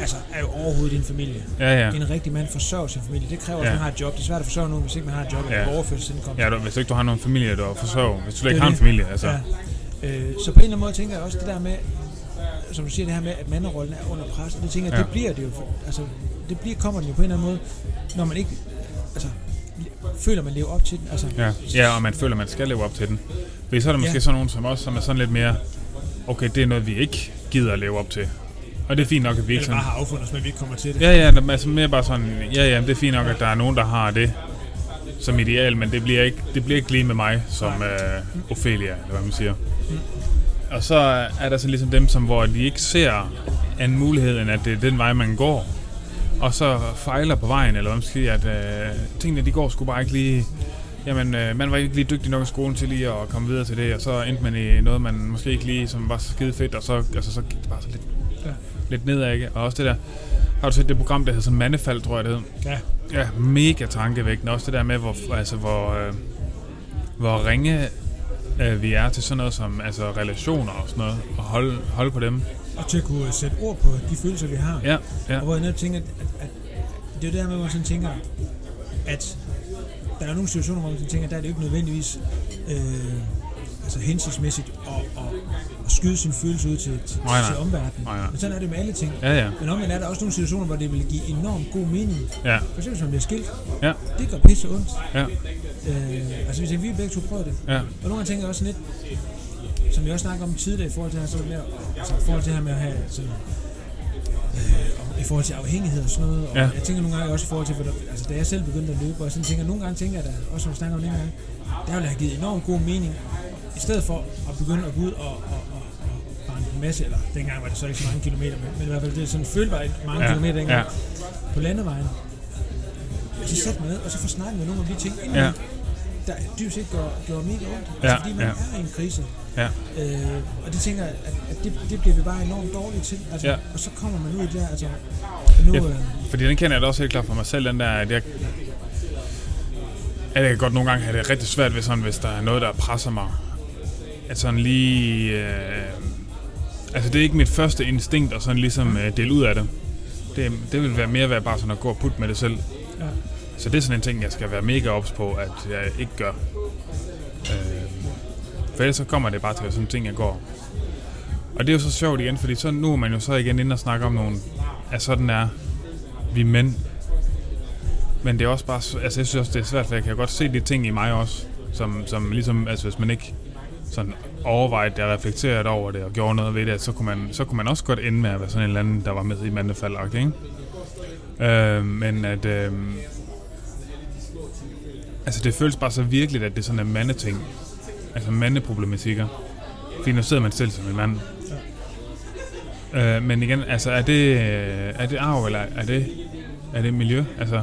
Speaker 2: altså, er jo overhovedet i en familie.
Speaker 1: Ja. Ja.
Speaker 2: En rigtig mand forsørger sin familie. Det kræver,
Speaker 1: Ja.
Speaker 2: at man har et job. Det er svært at forsørge nogen, hvis ikke man har et job eller
Speaker 1: Ja.
Speaker 2: ja. overførselsindkomst.
Speaker 1: Ja, du, hvis ikke du har nogen familie, du forsørger. Hvis du slet
Speaker 2: Det
Speaker 1: ikke
Speaker 2: er
Speaker 1: har en
Speaker 2: det.
Speaker 1: familie, altså. Ja.
Speaker 2: Øh, så på en eller anden måde tænker jeg også det der med, som du siger, det her med, at manderollen er under pres. Det tænker jeg,
Speaker 1: Ja.
Speaker 2: det bliver det jo. for- Altså, det bliver, kommer den jo på en eller anden måde, når man ikke altså, le- føler, man lever op til den. Altså,
Speaker 1: Ja. ja, og man føler, man skal leve op til den. Fordi så er der måske ja.
Speaker 2: Ja.
Speaker 1: sådan nogen som os, som er sådan lidt mere, okay, det er noget, vi ikke gider at leve op til. Og det er fint nok, at vi ikke
Speaker 4: Eller
Speaker 1: sådan...
Speaker 4: bare har affundet os, men vi ikke kommer til det.
Speaker 1: Ja, ja, men altså mere bare sådan, ja, ja, det er fint nok, at der er nogen, der har det som ideal, men det bliver ikke, det bliver ikke lige med mig som øh, Ophelia, eller hvad man siger. Og så er der så ligesom dem, som, hvor de ikke ser en mulighed, end at det er den vej, man går, og så fejler på vejen, eller hvad man siger, at øh, tingene, de går sgu bare ikke lige... Jamen, øh, man var ikke lige dygtig nok i skolen til lige at komme videre til det, og så endte man i noget, man måske ikke lige, som var skide fedt, og så, altså, så gik det bare så lidt, ja.
Speaker 2: Ja.
Speaker 1: lidt nedad, ikke? Og også det der, har du set det program, der hedder sådan Mandefald, tror jeg det hed?
Speaker 2: ja.
Speaker 1: Ja, mega tankevækkende. Også det der med, hvor, altså, hvor, øh, hvor ringe øh, vi er til sådan noget som altså, relationer og sådan noget, og holde, holde på dem.
Speaker 2: Og til at kunne øh, sætte ord på de følelser, vi har.
Speaker 1: Ja, ja,
Speaker 2: Og hvor jeg netop tænker, at, at, at det er jo det her med, hvor man sådan tænker, at der er nogle situationer, hvor man sådan tænker, der er det jo ikke nødvendigvis øh, altså hensigtsmæssigt at, at, at skyde sin følelse ud til, til,
Speaker 1: Nej, nej.
Speaker 2: til omverdenen.
Speaker 1: Nej, nej.
Speaker 2: Men sådan er det med alle ting.
Speaker 1: ja, ja,
Speaker 2: Men omvendt er der også nogle situationer, hvor det vil give enormt god mening.
Speaker 1: ja,
Speaker 2: For eksempel, hvis man bliver skilt.
Speaker 1: Ja.
Speaker 2: Det gør pisse ondt.
Speaker 1: ja,
Speaker 2: Øh, altså, hvis jeg, vi begge to prøver det.
Speaker 1: ja,
Speaker 2: Og nogle gange tænker jeg også lidt, som vi også snakkede om tidligere i forhold til det her, sådan med, altså, i forhold til det her med at have sådan, øh, og i forhold til afhængighed og sådan noget. Og
Speaker 1: Ja.
Speaker 2: ja. Jeg tænker nogle gange også i forhold til, hvordan, altså, da jeg selv begyndte at løbe, og sådan tænker, nogle gange tænker jeg, da, også som vi snakker om det her, der ville have givet enormt god mening, i stedet for at begynde at gå ud og, og, og, og brænde en masse, eller dengang var det så ikke så mange kilometer, men, men i hvert fald det er sådan følte var mange
Speaker 1: Ja.
Speaker 2: ja. kilometer dengang,
Speaker 1: Ja.
Speaker 2: ja. på landevejen. Og så sætte mig ned, og så få snakket med nogle af de ting, inden
Speaker 1: Ja.
Speaker 2: ja der dybest set gør, gør mega ondt,
Speaker 1: Ja,
Speaker 2: ja, fordi man
Speaker 1: ja.
Speaker 2: ja. er i en krise.
Speaker 1: ja,
Speaker 2: Øh, og det tænker jeg, at, at det, det bliver vi bare enormt dårlige til. Altså,
Speaker 1: Ja.
Speaker 2: ja. Og så kommer man ud i det her, altså, nu,
Speaker 1: ja.
Speaker 2: øh,
Speaker 1: Fordi den kender jeg da også helt klart for mig selv, den der, at jeg, at jeg kan godt nogle gange have det rigtig svært ved sådan, hvis der er noget, der presser mig. At sådan lige... Øh, altså, det er ikke mit første instinkt at sådan ligesom øh, dele ud af det. det. Det vil være mere være bare sådan at gå og putte med det selv.
Speaker 2: ja,
Speaker 1: Så det er sådan en ting, jeg skal være mega ops på, at jeg ikke gør. Øh, for ellers så kommer det bare til at være sådan en ting, jeg går. Og det er jo så sjovt igen, fordi så nu er man jo så igen inde og snakke om nogle, at sådan er vi mænd. Men det er også bare, s- altså jeg synes også, det er svært, for jeg kan godt se de ting i mig også, som, som ligesom, altså hvis man ikke sådan overvejede det og reflekterede over det og gjorde noget ved det, så kunne man, så kunne man også godt ende med at være sådan en eller anden, der var med i mandefald, ikke? Øh, men at, øh, Altså, det føles bare så virkeligt, at det sådan er mandeting. Altså mandeproblematikker. Fordi nu sidder man selv som en mand. Øh, men igen, altså, er det, er det arv, eller er det, er det miljø? Altså,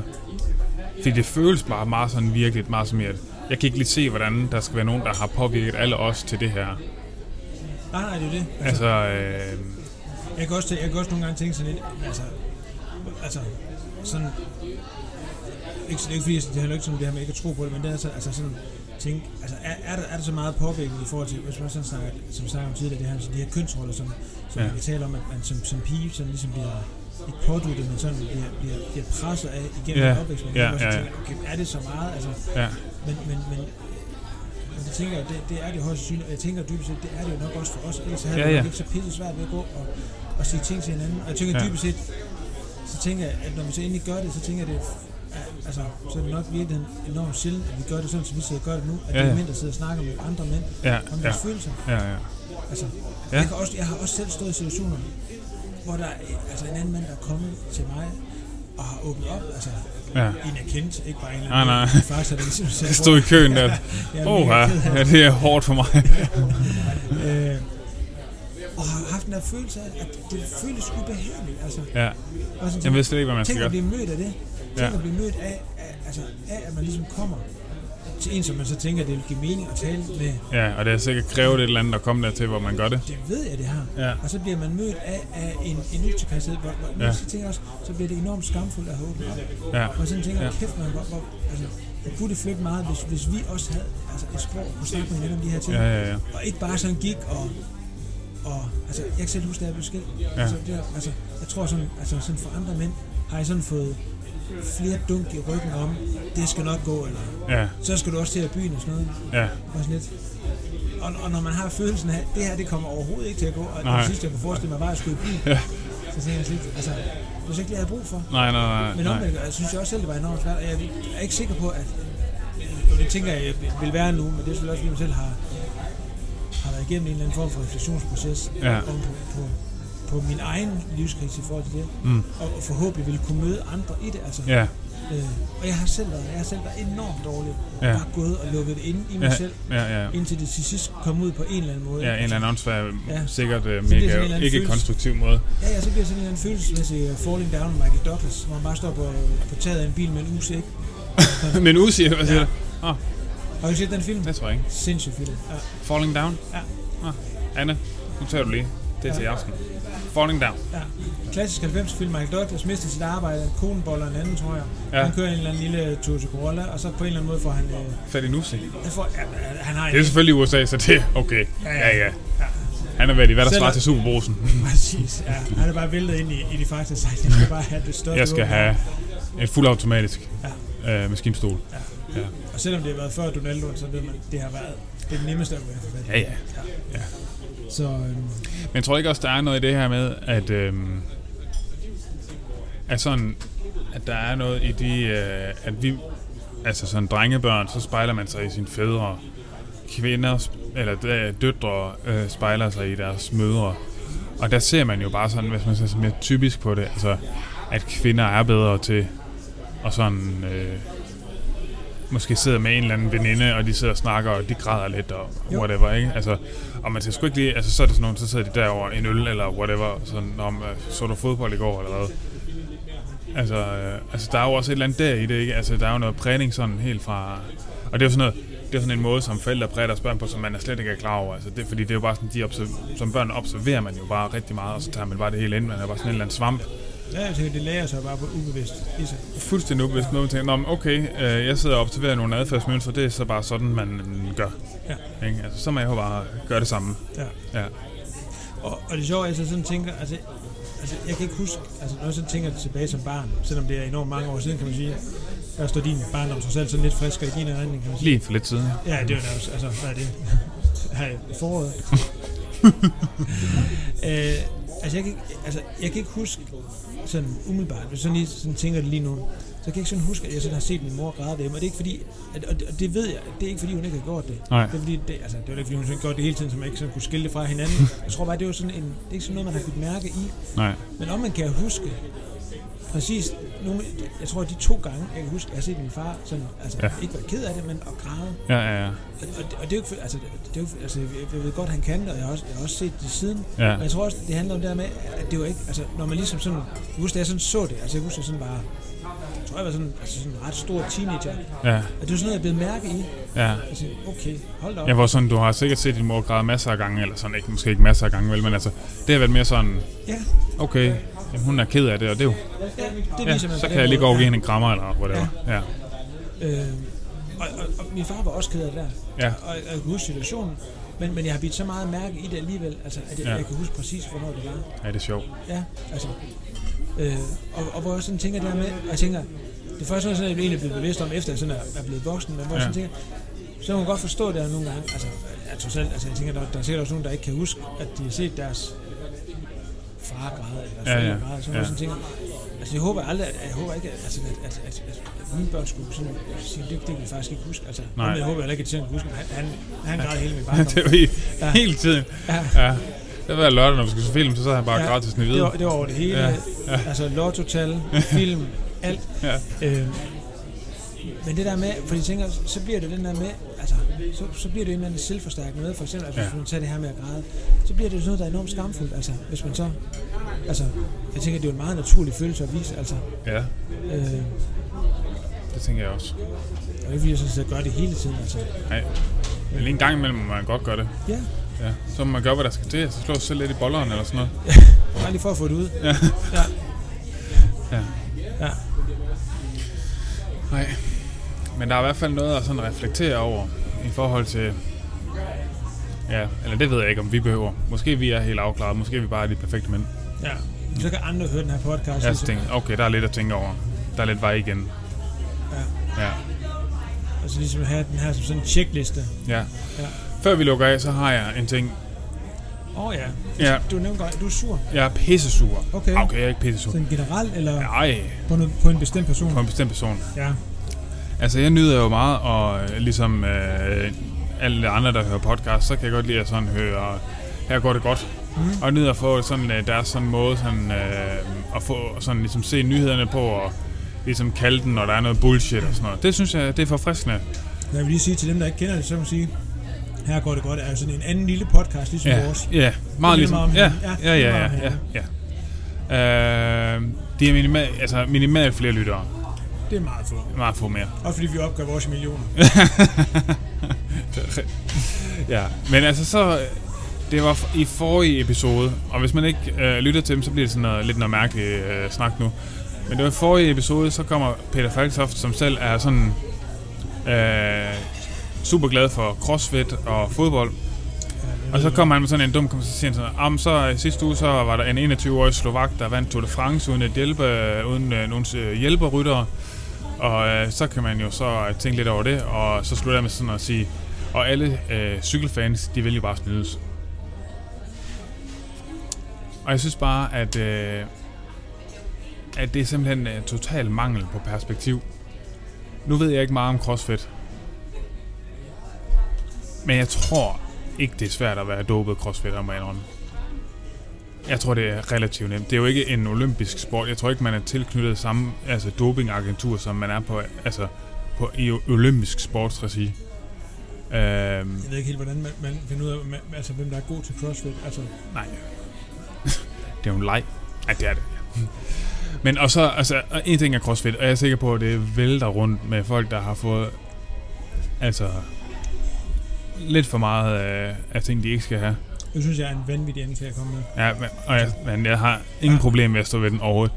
Speaker 1: fordi det føles bare meget sådan virkeligt, meget som i, at jeg kan ikke lige se, hvordan der skal være nogen, der har påvirket alle os til det her.
Speaker 2: nej, nej, det er jo det. Altså,
Speaker 1: Altså, øh,
Speaker 2: jeg, kan også, tæ- jeg kan også nogle gange tænke sådan lidt, altså, altså sådan... Ikke, det er ikke fordi, det handler ikke om det her med ikke at tro på det, men det er altså, altså sådan tænke, altså er, er, der, er der så meget påvirkning i forhold til, hvis man sådan snakker, som vi snakker om tidligere, det her, så de her kønsroller, som, som
Speaker 1: Ja.
Speaker 2: ja. vi taler om, at man som, som pige sådan ligesom bliver ikke påduttet, men sådan bliver, bliver, bliver presset af igennem
Speaker 1: Ja.
Speaker 2: yeah. opvækst.
Speaker 1: Ja,
Speaker 2: yeah,
Speaker 1: ja, ja.
Speaker 2: yeah. okay, er det så meget? Altså,
Speaker 1: Ja.
Speaker 2: men, men, men, men det tænker jeg, det, det er det jo højst sandsynligt, og jeg tænker dybest set, det er det jo nok også for os, ellers havde
Speaker 1: Ja,
Speaker 2: ja, ja.
Speaker 1: ja.
Speaker 2: vi ikke så pisse svært ved at gå og, og sige ting til hinanden. Og jeg tænker
Speaker 1: Ja.
Speaker 2: ja. dybest set, så tænker jeg, at når vi så endelig gør det, så tænker jeg, det er- altså, så er det nok virkelig enormt sjældent, at vi gør det sådan, som vi sidder og gør det nu, at
Speaker 1: Ja,
Speaker 2: ja, ja.
Speaker 1: ja.
Speaker 2: de mænd, der sidder og snakker med andre mænd
Speaker 1: Ja,
Speaker 2: om
Speaker 1: ja,
Speaker 2: deres følelser.
Speaker 1: ja, ja.
Speaker 2: Altså,
Speaker 1: Ja.
Speaker 2: ja. jeg, kan også, jeg har også selv stået i situationer, hvor der er øh, altså en anden mand, der er kommet til mig og har åbnet op, altså
Speaker 1: Ja.
Speaker 2: en er kendt, ikke bare en eller
Speaker 1: Nej,
Speaker 2: anden.
Speaker 1: nej.
Speaker 2: men Faktisk er det ligesom selv.
Speaker 1: Jeg stod i køen der. Åh, ja, ja, det er hårdt for mig.
Speaker 2: øh, og har haft den der følelse af, at det føles ubehageligt. Altså,
Speaker 1: Ja,
Speaker 2: Og sådan,
Speaker 1: jeg ved slet ikke, hvad man skal
Speaker 2: tænk at
Speaker 1: gøre.
Speaker 2: blive mødt af det. Tænk
Speaker 1: Ja.
Speaker 2: at blive mødt af, af, altså, af, at man ligesom kommer til en, som man så tænker, at det vil give mening at tale med.
Speaker 1: Ja, og det er sikkert krævet et eller andet at komme dertil, hvor man gør det.
Speaker 2: Det ved jeg, det har.
Speaker 1: Ja.
Speaker 2: Og så bliver man mødt af, af en, en utilpasset, hvor, hvor
Speaker 1: Ja.
Speaker 2: ja. så tænker jeg også, så bliver det enormt skamfuldt at have åbnet op.
Speaker 1: Ja.
Speaker 2: Og sådan tænker jeg,
Speaker 1: Ja.
Speaker 2: kæft man, hvor, hvor, altså, hvor kunne det flytte meget, hvis, hvis vi også havde altså, et sprog, kunne snakke med hinanden om de her ting.
Speaker 1: Ja, ja, ja.
Speaker 2: Og ikke bare sådan gik og... og altså, jeg kan selv huske, da jeg blev skilt. Ja. Altså, det, var- altså, jeg tror sådan, altså, sådan for andre mænd, har jeg sådan fået flere dunk i ryggen om, det skal nok gå, eller
Speaker 1: Ja,
Speaker 2: så skal du også til at byen og sådan noget.
Speaker 1: ja,
Speaker 2: Og, sådan lidt. Og, og når man har følelsen af, det her det kommer overhovedet ikke til at gå, og
Speaker 1: Nej.
Speaker 2: det sidste, jeg kunne forestille mig, var at skulle i byen,
Speaker 1: Ja.
Speaker 2: så tænker jeg sådan lidt, altså, det er så ikke det, jeg havde brug for.
Speaker 1: nej, nej, nej,
Speaker 2: Men
Speaker 1: nej.
Speaker 2: omvendt, jeg synes jeg også selv, det var enormt svært, og jeg er ikke sikker på, at og det tænker jeg, jeg vil være nu, men det er selvfølgelig også, fordi man selv har, har været igennem en eller anden form for refleksionsproces
Speaker 1: Ja.
Speaker 2: om på, på, på min egen livskrise i forhold til det,
Speaker 1: Mm.
Speaker 2: og, og forhåbentlig vil kunne møde andre i det. Altså,
Speaker 1: Ja,
Speaker 2: øh, og jeg har selv været, jeg har selv været enormt dårlig,
Speaker 1: Ja.
Speaker 2: ja. bare gået og lukket det inde i mig
Speaker 1: ja,
Speaker 2: selv,
Speaker 1: ja, ja.
Speaker 2: indtil det til sidst kom ud på en eller anden måde.
Speaker 1: Ja, en eller anden åndssvær,
Speaker 2: Ja.
Speaker 1: sikkert øh,
Speaker 2: sådan en eller
Speaker 1: mega
Speaker 2: anden
Speaker 1: ikke
Speaker 2: følelse.
Speaker 1: konstruktiv måde.
Speaker 2: Ja, ja, så bliver sådan en eller anden følelsesmæssig øh, falling down med Michael Douglas, hvor man bare står på, på taget af en bil med en usæk.
Speaker 1: Men Uzi, hvad siger
Speaker 2: Ja.
Speaker 1: du? Åh,
Speaker 2: Har du set den film?
Speaker 1: det tror jeg ikke.
Speaker 2: Sindssyg film. Ja.
Speaker 1: Falling Down?
Speaker 2: Ja.
Speaker 1: Ah, Anne, nu tager du lige. Det er til i aften. Falling Down.
Speaker 2: Ja. Klassisk 90 film, Michael Douglas mister sit arbejde, konen boller en anden, tror jeg.
Speaker 1: Ja.
Speaker 2: Ja. Han kører en eller anden lille Toyota Corolla, og så på en eller anden måde får han... Øh,
Speaker 1: Fat i Nuzi.
Speaker 2: han får ja, han har en...
Speaker 1: Det er selvfølgelig i USA, så det er okay.
Speaker 2: ja.
Speaker 1: Ja, ja. Han er været i hvad der
Speaker 2: Selv-
Speaker 1: svarer til Superbrosen.
Speaker 2: Præcis, ja. Han er bare væltet ind i, i de fakta og sagt, jeg skal bare have det største...
Speaker 1: Jeg skal
Speaker 2: våben."
Speaker 1: have en fuldautomatisk øh, maskinstol.
Speaker 2: Og selvom det har været før Donaldoen, så ved man, at det har været det nemmeste at være forfattet.
Speaker 1: Ja, ja.
Speaker 2: Så øhm,
Speaker 1: Men jeg tror ikke også, der er noget i det her med, at, øhm, at, sådan, at der er noget i de, øh, at vi, altså sådan drengebørn, så spejler man sig i sine fædre, kvinder, sp- eller øh, døtre øh, spejler sig i deres mødre. Og der ser man jo bare sådan, hvis man ser sådan mere typisk på det, altså, at kvinder er bedre til, og sådan, øh, måske sidder med en eller anden veninde, og de sidder og snakker, og de græder lidt, og
Speaker 2: Jo.
Speaker 1: whatever, ikke? Altså, og man skal sgu ikke lige, altså så er det sådan nogen, så sidder de derover en øl, eller whatever, sådan, om, øh, så du fodbold i går, eller hvad? Altså, øh, altså, der er jo også et eller andet der i det, ikke? Altså, der er jo noget prægning sådan helt fra... Og det er jo sådan noget, det er sådan en måde, som forældre præger deres børn på, som man er slet ikke er klar over. Altså, det, fordi det er jo bare sådan, de observ- som børn observerer man jo bare rigtig meget, og så tager man bare det hele ind. Man er bare sådan en eller anden svamp.
Speaker 2: ja, jeg tænker, det lærer sig bare på ubevidst i sig.
Speaker 1: Fuldstændig ubevidst noget, man tænker, "Nå, men okay, øh, jeg sidder og observerer nogle adfærdsmønstre, det er så bare sådan, man mm, gør.
Speaker 2: Ja.
Speaker 1: Ikke? Altså, så må jeg jo bare gøre det samme.
Speaker 2: Ja.
Speaker 1: Ja.
Speaker 2: Og, og det er sjovt, at jeg så sådan tænker, altså, altså jeg kan ikke huske, altså når jeg sådan tænker tilbage som barn, selvom det er enormt mange år siden, kan man sige, der står din barndom trods alt sådan lidt friskere i din erindring, kan man sige.
Speaker 1: Lige for lidt siden.
Speaker 2: Ja, det var da også, altså, hvad er det? Her i foråret. øh, altså, jeg kan, ikke, altså, jeg kan ikke huske sådan umiddelbart, hvis jeg sådan lige sådan tænker det lige nu, så kan jeg ikke sådan huske, at jeg sådan har set min mor græde derhjemme, og det er ikke fordi, at, og, det, og det ved jeg, det er ikke fordi, hun ikke har gjort det.
Speaker 1: Nej.
Speaker 2: Det er fordi, det, altså, det var ikke fordi, hun sådan gjorde det hele tiden, så man ikke sådan kunne skille det fra hinanden. Jeg tror bare, det var sådan en, det er ikke sådan noget, man har kunnet mærke i,
Speaker 1: Nej.
Speaker 2: men om man kan huske præcis nogle, jeg tror, de to gange, jeg kan huske, jeg har set min far sådan, altså,
Speaker 1: Ja.
Speaker 2: ja. ikke være ked af det, men at græde.
Speaker 1: Ja, ja, ja.
Speaker 2: Og, og, det- og det er jo ikke, for- altså, det er jo, ikke for- altså, jeg, jeg ved godt, han kan det, og jeg har også, jeg har også set det siden.
Speaker 1: Ja.
Speaker 2: Men jeg tror også, det handler om det her med, at det var ikke, altså, når man ligesom sådan, jeg husker, da jeg sådan så det, altså, jeg husker jeg sådan bare, jeg tror, jeg var sådan, altså, sådan en ret stor teenager,
Speaker 1: Ja,
Speaker 2: og det var sådan noget, jeg blev mærke i.
Speaker 1: ja.
Speaker 2: Altså, okay, hold da op.
Speaker 1: Ja, hvor sådan, du har sikkert set din mor græde masser af gange, eller sådan, ikke, måske ikke masser af gange, vel, men altså, det har været mere sådan,
Speaker 2: Ja,
Speaker 1: okay, Jamen, hun er ked af det, og det er jo...
Speaker 2: Ja, det
Speaker 1: Ja,
Speaker 2: viser man på
Speaker 1: så
Speaker 2: den
Speaker 1: kan jeg lige gå
Speaker 2: måde.
Speaker 1: over og give
Speaker 2: Ja.
Speaker 1: hende en krammer, eller hvad det var. Ja.
Speaker 2: Øh, og, og, og, min far var også ked af det der.
Speaker 1: Ja.
Speaker 2: Og, og jeg kan huske situationen. Men, men jeg har bidt så meget mærke i det alligevel, altså, at jeg,
Speaker 1: Ja.
Speaker 2: ja. jeg kan huske præcis, hvornår det var.
Speaker 1: ja, det er sjovt.
Speaker 2: Ja, altså. Øh, og, og hvor jeg sådan tænker det her med, og jeg tænker, det første var sådan, jeg egentlig blev bevidst om, efter jeg sådan er, er blevet voksen, men hvor ja.
Speaker 1: Ja.
Speaker 2: jeg sådan tænker, så kan man godt forstå det her nogle gange. Altså, jeg, trods alt, altså, jeg tænker, der, der er sikkert også nogen, der ikke kan huske, at de har set deres far græde,
Speaker 1: Ja,
Speaker 2: eller
Speaker 1: ja.
Speaker 2: forældre græde, så
Speaker 1: Ja.
Speaker 2: ja. sådan tænker, altså jeg håber aldrig, at, jeg håber ikke, at, altså, at, at, at, at, at mine børn skulle sådan sige, det, det kan jeg faktisk ikke huske. Altså,
Speaker 1: Nej.
Speaker 2: Men jeg håber heller ikke, at de selv kan huske, at han, han, han græd hele min barndom.
Speaker 1: det er jo hele,
Speaker 2: Ja.
Speaker 1: hele tiden.
Speaker 2: Ja.
Speaker 1: Ja. Det var lørdag, når vi skulle se film, så sad han bare ja. gratis nede.
Speaker 2: det var, det var over det hele.
Speaker 1: Ja,
Speaker 2: Ja, ja. Altså lottotal, film, alt.
Speaker 1: Ja.
Speaker 2: Øhm, men det der med, for de tænker, så bliver det den der med, altså, så, så bliver det en eller anden selvforstærkende med, for eksempel, altså,
Speaker 1: Ja.
Speaker 2: ja. hvis man tager det her med at græde, så bliver det jo sådan noget, der er enormt skamfuldt, altså, hvis man så, altså, jeg tænker, det er jo en meget naturlig følelse at vise, altså,
Speaker 1: ja,
Speaker 2: øh, og det
Speaker 1: det tænker jeg også.
Speaker 2: er ikke fordi, jeg sådan set gør det hele tiden, altså,
Speaker 1: Nej. Men lige en gang imellem må man godt gøre det.
Speaker 2: ja,
Speaker 1: Ja. Så må man gøre, hvad der skal til, og så slå sig selv lidt i bolleren eller sådan noget.
Speaker 2: bare lige for at få det ud.
Speaker 1: Ja.
Speaker 2: Ja.
Speaker 1: Ja.
Speaker 2: Ja.
Speaker 1: Nej. Men der er i hvert fald noget at sådan reflektere over i forhold til... Ja, eller det ved jeg ikke, om vi behøver. Måske vi er helt afklaret, måske vi bare er de perfekte mænd.
Speaker 2: ja. Så kan andre høre den her podcast.
Speaker 1: Jeg
Speaker 2: ligesom.
Speaker 1: tænker, okay, der er lidt at tænke over. Der er lidt vej igen. Ja. Ja.
Speaker 2: Og så ligesom have den her som sådan en checkliste.
Speaker 1: ja.
Speaker 2: Ja.
Speaker 1: Før vi lukker af, så har jeg en ting.
Speaker 2: Åh oh, ja,
Speaker 1: Ja,
Speaker 2: du nævnte godt, at du er sur.
Speaker 1: jeg er pissesur.
Speaker 2: Okay.
Speaker 1: Okay, jeg er ikke pissesur.
Speaker 2: Sådan generelt, eller
Speaker 1: Ej,
Speaker 2: på, noget, på en bestemt person?
Speaker 1: på en bestemt person.
Speaker 2: Ja.
Speaker 1: Altså, jeg nyder jo meget, og øh, ligesom øh, alle andre, der hører podcast, så kan jeg godt lide at sådan høre, her går det godt. Mm. Og jeg nyder at få sådan, øh, deres sådan måde sådan, øh, at få, sådan, ligesom, se nyhederne på, og ligesom kalde den, når der er noget bullshit og sådan noget. Det synes jeg, det er forfriskende.
Speaker 2: Jeg vil lige sige til dem, der ikke kender det, så må jeg sige, her går det godt, er jo sådan en anden lille podcast, ligesom
Speaker 1: Ja,
Speaker 2: vores.
Speaker 1: ja meget
Speaker 2: Det minder mig
Speaker 1: ligesom.
Speaker 2: om
Speaker 1: Ja,
Speaker 2: hinanden.
Speaker 1: ja,
Speaker 2: Ja, det
Speaker 1: ja,
Speaker 2: minder
Speaker 1: ja.
Speaker 2: mig om
Speaker 1: ja, ja. Øh, de er minimal, altså minimalt flere lyttere.
Speaker 2: Det er meget få.
Speaker 1: Meget få mere.
Speaker 2: Også fordi vi opgør vores millioner.
Speaker 1: ja, men altså så... øh, Det var f- i forrige episode, og hvis man ikke øh, lytter til dem, så bliver det sådan noget, lidt noget mærkeligt øh, snak nu. Men det var i forrige episode, så kommer Peter Falktoft, som selv er sådan øh, super glad for crossfit og fodbold. Og så kommer han med sådan en dum konversation, sådan, "Ah, men så i sidste uge, så var der en 21-årig slovak, der vandt Tour de France uden at hjælpe, øh, uden øh, nogen øh, hjælperryttere. Og øh, så kan man jo så øh, tænke lidt over det, og så slutter jeg med sådan at sige, og alle øh, cykelfans, de vil jo bare snydes. Og jeg synes bare, at, øh, at det er simpelthen en total mangel på perspektiv. Nu ved jeg ikke meget om CrossFit. Men jeg tror ikke, det er svært at være dopet crossfitter, må jeg indrømme. Jeg tror, det er relativt nemt. Det er jo ikke en olympisk sport. Jeg tror ikke, man er tilknyttet samme altså dopingagentur, som man er på, altså, på i o- olympisk sportsregi. Øhm,
Speaker 2: Jeg ved ikke helt, hvordan man, man finder ud af, man, altså, hvem der er god til CrossFit. Altså,
Speaker 1: Nej. det er jo en leg. Ej, det er det. Men og så, altså, og en ting er crossfit, og jeg er sikker på, at det vælter rundt med folk, der har fået, altså, lidt for meget øh, af ting, de ikke skal have.
Speaker 2: jeg synes, jeg er en vanvittig anklage at komme med.
Speaker 1: Ja, men, og jeg, men jeg har ingen problem med at stå ved den overhovedet.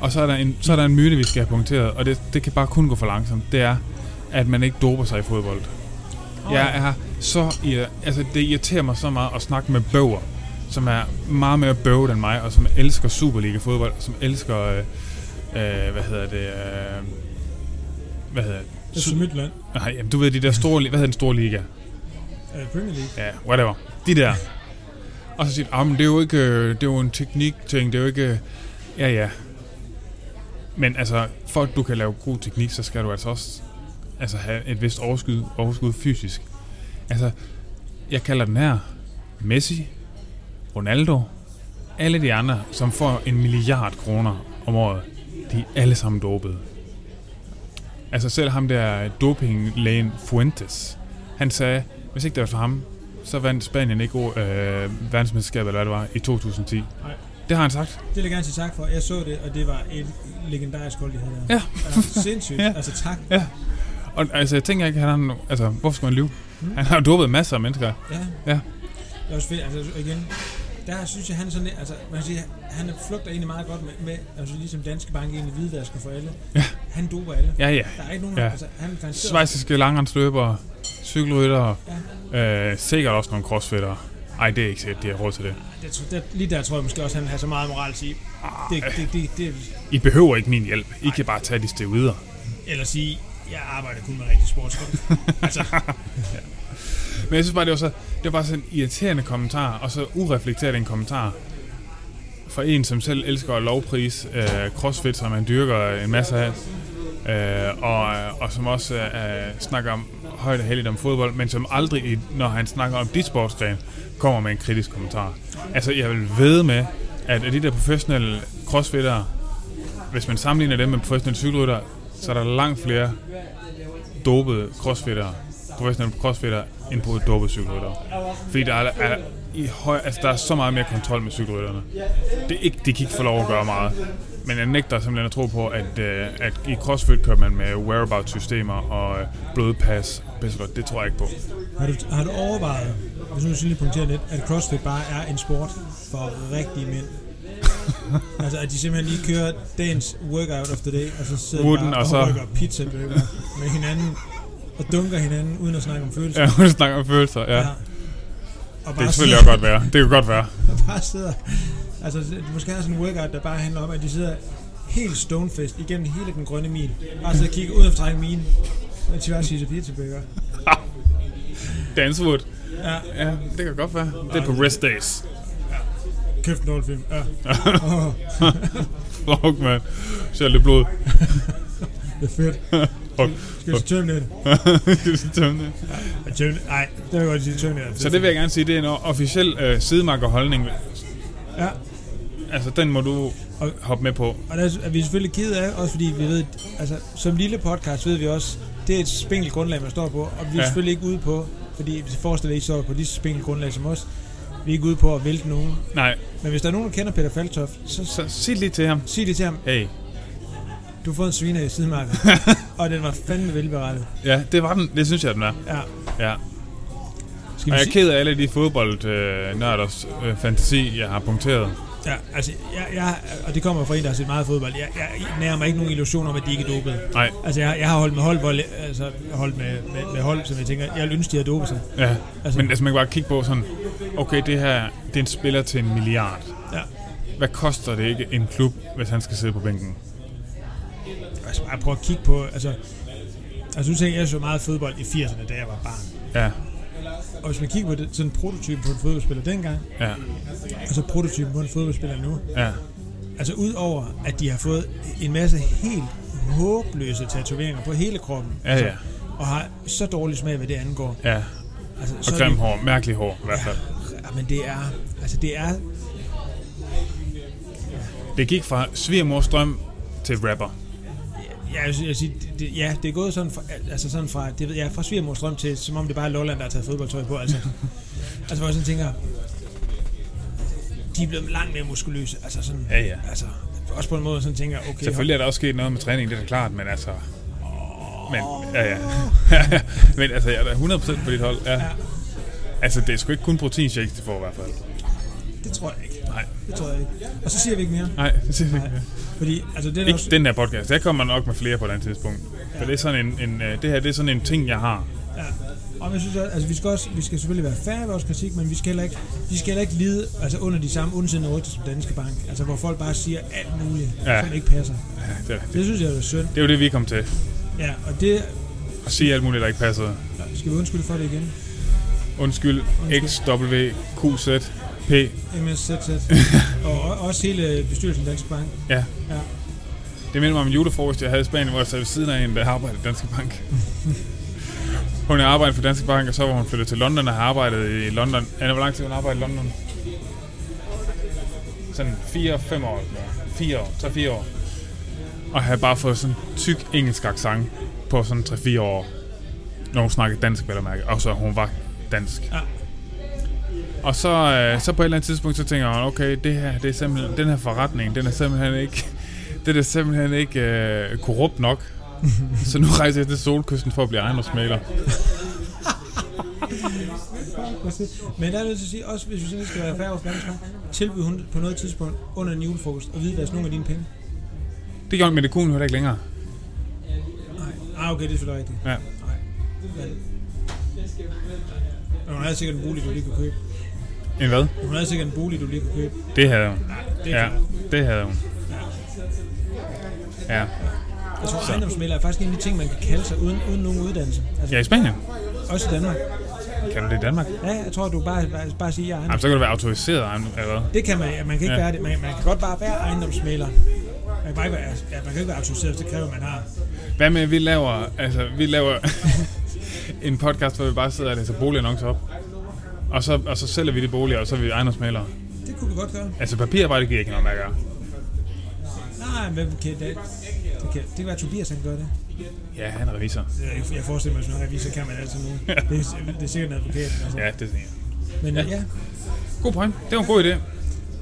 Speaker 1: Og så er der en, så er der en myte, vi skal have punkteret, og det, det kan bare kun gå for langsomt. Det er, at man ikke doper sig i fodbold. Jeg er så irri- altså det irriterer mig så meget at snakke med bøger, som er meget mere bøvet end mig, og som elsker Superliga-fodbold, og som elsker, øh, øh, hvad hedder det, øh, hvad hedder
Speaker 2: Det
Speaker 1: det?
Speaker 2: er
Speaker 1: Syd-
Speaker 2: Midtland.
Speaker 1: Nej, jamen, du ved de der store, li- hvad hedder den store liga?
Speaker 2: Øh, Premier League.
Speaker 1: Ja, whatever. De der. Og så siger de, ah, men det er jo ikke, øh, det er jo en teknik-ting, det er jo ikke, øh, ja ja. Men altså, for at du kan lave god teknik, så skal du altså også altså, have et vist overskud, overskud fysisk. Altså, jeg kalder den her Messi, Ronaldo, alle de andre, som får en milliard kroner om året, de er alle sammen dopede. Altså selv ham der dopinglægen Fuentes, han sagde, hvis ikke det var for ham, så vandt Spanien ikke øh, verdensmesterskabet, eller hvad det var, i 2010.
Speaker 2: Nej.
Speaker 1: Det har han sagt.
Speaker 2: Det vil jeg gerne sige tak for. Jeg så det, og det var et legendarisk hold, de havde der.
Speaker 1: Ja.
Speaker 2: Altså, sindssygt.
Speaker 1: Ja.
Speaker 2: ja. Altså, tak.
Speaker 1: Og altså, jeg tænker ikke, han har no- altså, hvorfor skulle han lyve? Mm. Han har jo dopet masser af mennesker.
Speaker 2: Ja.
Speaker 1: Ja.
Speaker 2: Det er også fedt. Altså, igen, der synes jeg, han er sådan lidt, altså, man kan sige, han flugter egentlig meget godt med, med altså ligesom Danske Bank egentlig hvidvasker for alle.
Speaker 1: Ja.
Speaker 2: Han doper alle.
Speaker 1: Ja, ja.
Speaker 2: Der er ikke nogen,
Speaker 1: Ja.
Speaker 2: ja. altså, han kan
Speaker 1: Svejsiske langrendsløbere, cykelryttere, øh, sikkert også nogle crossfittere. Ej, det er ikke sikkert, de har råd til det.
Speaker 2: Det, tror- der, lige der tror jeg måske også, han har så meget moral at sige. "Ah, Det, det, det, det,
Speaker 1: I behøver ikke min hjælp. I kan bare tage de steroider.
Speaker 2: eller sige, jeg arbejder kun med rigtig sportsfolk. altså,
Speaker 1: Men jeg synes bare, det var, så, det var bare sådan en irriterende kommentar, og så ureflekteret en kommentar fra en, som selv elsker at lovprise øh, crossfit, som han dyrker en masse af, øh, og, og som også øh, snakker om højt og heldigt om fodbold, men som aldrig, i- når han snakker om dit sportsgren, kommer med en kritisk kommentar. Altså, jeg vil ved med, at af de der professionelle crossfittere, hvis man sammenligner dem med professionelle cykelryttere, så er der langt flere dopede crossfitter, professionelle crossfitter, end på dopede cykelryttere. Fordi der er, er, i høj, altså der er så meget mere kontrol med cykelrytterne. Det er ikke, de kan ikke få lov at gøre meget. Men jeg nægter simpelthen at tro på, at, øh, at i CrossFit kører man med whereabout-systemer og øh, blodpas. Pisselot. Det tror jeg ikke på.
Speaker 2: har, du, har du overvejet, hvis nu skal lige punktere lidt, at CrossFit bare er en sport for rigtige mænd? altså, at de simpelthen lige kører dagens workout of the day, og så sidder de
Speaker 1: Wooden,
Speaker 2: bare
Speaker 1: og
Speaker 2: og,
Speaker 1: så-
Speaker 2: og rykker pizza med hinanden, og dunker hinanden, uden at snakke om følelser.
Speaker 1: Ja, hun snakker om følelser. Ja. Det
Speaker 2: Og bare
Speaker 1: kan selvfølgelig
Speaker 2: sidder,
Speaker 1: også godt være. Det kan godt være.
Speaker 2: bare sidder, altså det- måske er sådan en workout, der bare handler om, at de sidder helt stonefest igennem hele den grønne mil. Bare sidder og kigger ud efter egen mine, mens de bare spiser pizzabøger.
Speaker 1: Dancewood.
Speaker 2: Ja,
Speaker 1: Ja, det kan godt være. Det er på rest days.
Speaker 2: kæft en film. Ja. Åh,
Speaker 1: Fuck, man. Selv det blod.
Speaker 2: det er fedt.
Speaker 1: Fuck.
Speaker 2: Skal vi så tømme lidt?
Speaker 1: Tømte.
Speaker 2: Ja, tømme, nej, det vil jeg godt sige tømme lidt.
Speaker 1: Så det vil jeg gerne sige, det er en officiel øh, sidemarkerholdning.
Speaker 2: Ja,
Speaker 1: Altså, den må du hoppe med på.
Speaker 2: og der er vi selvfølgelig ked af, også fordi vi ved, altså som lille podcast ved vi også, det er et spinkelt grundlag, man står på, og vi er
Speaker 1: Ja.
Speaker 2: ja. selvfølgelig ikke ude på, fordi hvis I forestiller jer, I står på lige så spinkelt grundlag som os, vi er ikke ude på at vælte nogen,
Speaker 1: Nej,
Speaker 2: Men hvis der er nogen, der kender Peter Faltoft, så s-
Speaker 1: så sig lige til ham.
Speaker 2: sig det til ham.
Speaker 1: Hey.
Speaker 2: Du har fået en sviner i sidemarkedet. og den var fandme velberettet.
Speaker 1: Ja, det var den. Det synes jeg, den er.
Speaker 2: Ja.
Speaker 1: Ja.
Speaker 2: Skal
Speaker 1: Og
Speaker 2: vi
Speaker 1: jeg er
Speaker 2: sige?
Speaker 1: ked af alle de fodboldnørders øh, øh, fantasi, jeg har punkteret.
Speaker 2: Ja, altså, jeg, jeg, og det kommer fra en, der har set meget fodbold. Jeg, jeg nærer mig ikke nogen illusion om, at de ikke er dopede.
Speaker 1: Nej.
Speaker 2: Altså, jeg, jeg har holdt med hold, hvor, le- altså, holdt med, med, med hold, som jeg tænker, jeg ønsker, de havde dopet sig.
Speaker 1: Ja.
Speaker 2: Altså-
Speaker 1: Men altså, man kan bare kigge på sådan, okay, det her, det er en spiller til en milliard.
Speaker 2: Ja.
Speaker 1: Hvad koster det ikke en klub, hvis han skal sidde på bænken?
Speaker 2: Altså, bare prøv at kigge på, altså... Altså, nu tænker jeg, jeg så meget fodbold i 80'erne, da jeg var barn.
Speaker 1: Ja,
Speaker 2: Og hvis man kigger på det, sådan en prototype på en fodboldspiller dengang,
Speaker 1: ja,
Speaker 2: og så prototypen på en fodboldspiller nu,
Speaker 1: ja.
Speaker 2: Altså udover at de har fået en masse helt håbløse tatoveringer på hele kroppen.
Speaker 1: Ja,
Speaker 2: altså,
Speaker 1: ja.
Speaker 2: Og har så dårlig smag, hvad det angår.
Speaker 1: Ja,
Speaker 2: Altså,
Speaker 1: og
Speaker 2: så er
Speaker 1: grim
Speaker 2: det,
Speaker 1: hår, mærkelig hår i hvert fald.
Speaker 2: ja, men det er, altså det er,
Speaker 1: Det gik fra svigermors drøm til rapper.
Speaker 2: ja, jeg, jeg siger, det, det, ja, det er gået sådan fra, altså sådan fra, det ved jeg, fra svigermors drøm til, som om det bare er Lolland, der har taget fodboldtøj på, altså. altså, hvor jeg sådan tænker, de er blevet langt mere muskuløse, altså sådan,
Speaker 1: Ja, ja.
Speaker 2: altså, også på en måde sådan tænker, okay,
Speaker 1: Selvfølgelig er der også sket noget med træning, det er da klart, men altså... Men, ja, ja. men altså, jeg er da 100% på dit hold. Ja. Altså, det er sgu ikke kun proteinshakes, de får i hvert fald.
Speaker 2: hold- det tror jeg ikke,
Speaker 1: Nej,
Speaker 2: det tror jeg ikke. Og så siger vi ikke mere,
Speaker 1: nej, det siger jeg ikke.
Speaker 2: fordi, altså, det er
Speaker 1: Ikke den her podcast. Der kommer nok med flere på et andet tidspunkt. For det er sådan en, en øh, det her det er sådan en ting, jeg har.
Speaker 2: Ja. Og jeg synes også, altså vi skal, også, vi skal selvfølgelig være færre i vores kritik, men vi skal heller ikke, vi skal heller ikke lide altså under de samme ondsindende rygter som Danske Bank. Altså hvor folk bare siger alt muligt,
Speaker 1: Ja.
Speaker 2: ja. som ikke passer.
Speaker 1: Ja, det, er-
Speaker 2: Det synes jeg er synd.
Speaker 1: det er jo det, vi kom til.
Speaker 2: Ja, og det
Speaker 1: At sige alt muligt, der ikke passer.
Speaker 2: skal vi undskylde for det igen.
Speaker 1: Undskyld, XWQZ, P.
Speaker 2: MSZZ. og o- også hele øh, bestyrelsen af Danske Bank.
Speaker 1: Ja.
Speaker 2: Ja.
Speaker 1: Det minder mig om en julefrokost, jeg havde i Spanien, hvor jeg sad ved siden af en, der arbejdede i Danske Bank. hun har arbejdet for Danske Bank, og så var hun flyttet til London og har arbejdet i London. Anna, hvor lang tid har hun arbejdet i London? Sådan 4-5 år. 4 år. 3-4 år. Og havde bare fået sådan tyk engelsk accent på sådan 3-4 år, når hun snakkede dansk, vel at mærke. Og så hun var dansk.
Speaker 2: Ja.
Speaker 1: Og så, øh, så på et eller andet tidspunkt, så tænker man, okay, det her, det er simpelthen, den her forretning, den er simpelthen ikke, det er simpelthen ikke øh, korrupt nok. så nu rejser jeg til solkysten for at blive ejendomsmaler.
Speaker 2: Fuck, hvor fedt. Men der er nødt til at sige, også hvis vi sådan lige skal være færre over for mennesker, tilbyd hun på noget tidspunkt under en julefrokost og vide, at nogle af dine penge.
Speaker 1: Det gjorde men det kunne hun heller ikke længere.
Speaker 2: Nej, ah, okay, det er selvfølgelig rigtigt.
Speaker 1: Ja.
Speaker 2: Nej. Men- Men hun havde sikkert en bolig, du lige kunne købe.
Speaker 1: En hvad?
Speaker 2: Hun havde sikkert en bolig, du lige kunne købe.
Speaker 1: Det havde hun.
Speaker 2: Det er
Speaker 1: Ja,
Speaker 2: klart.
Speaker 1: det havde hun. Ja.
Speaker 2: Jeg tror, ejendomsmælder er faktisk en af de ting, man kan kalde sig uden, uden nogen uddannelse. Altså,
Speaker 1: Ja, i Spanien.
Speaker 2: Også i Danmark.
Speaker 1: Kan du det i Danmark?
Speaker 2: Ja, jeg tror, du bare, bare, bare siger, at jeg er
Speaker 1: Jamen, så kan du være autoriseret ejendom- eller hvad?
Speaker 2: Det kan man, ja, man kan ikke
Speaker 1: Ja.
Speaker 2: ja. være det. Man, man kan godt bare være ejendomsmæler. Man kan, bare ikke være, ja, man kan ikke være autoriseret, det kræver, at man har.
Speaker 1: Hvad med, at vi laver, altså, vi laver en podcast, hvor vi bare sidder og læser boligannoncer op. Og så, og så sælger vi de boliger, og så er vi ejendomsmalere.
Speaker 2: Det kunne vi godt gøre.
Speaker 1: Altså, papirarbejde giver ikke noget med at gøre.
Speaker 2: Nej, men hvem kan det? Det kan, det kan være, at Tobias han gør det.
Speaker 1: Ja, han er revisor.
Speaker 2: Det ved Jeg ikke, jeg forestiller mig, at hvis man er revisor, kan man altid nu. Det, er- det er sikkert en advokat. Altså.
Speaker 1: Ja, det er sådan en.
Speaker 2: Men ja, ja
Speaker 1: God point. Det var en god idé.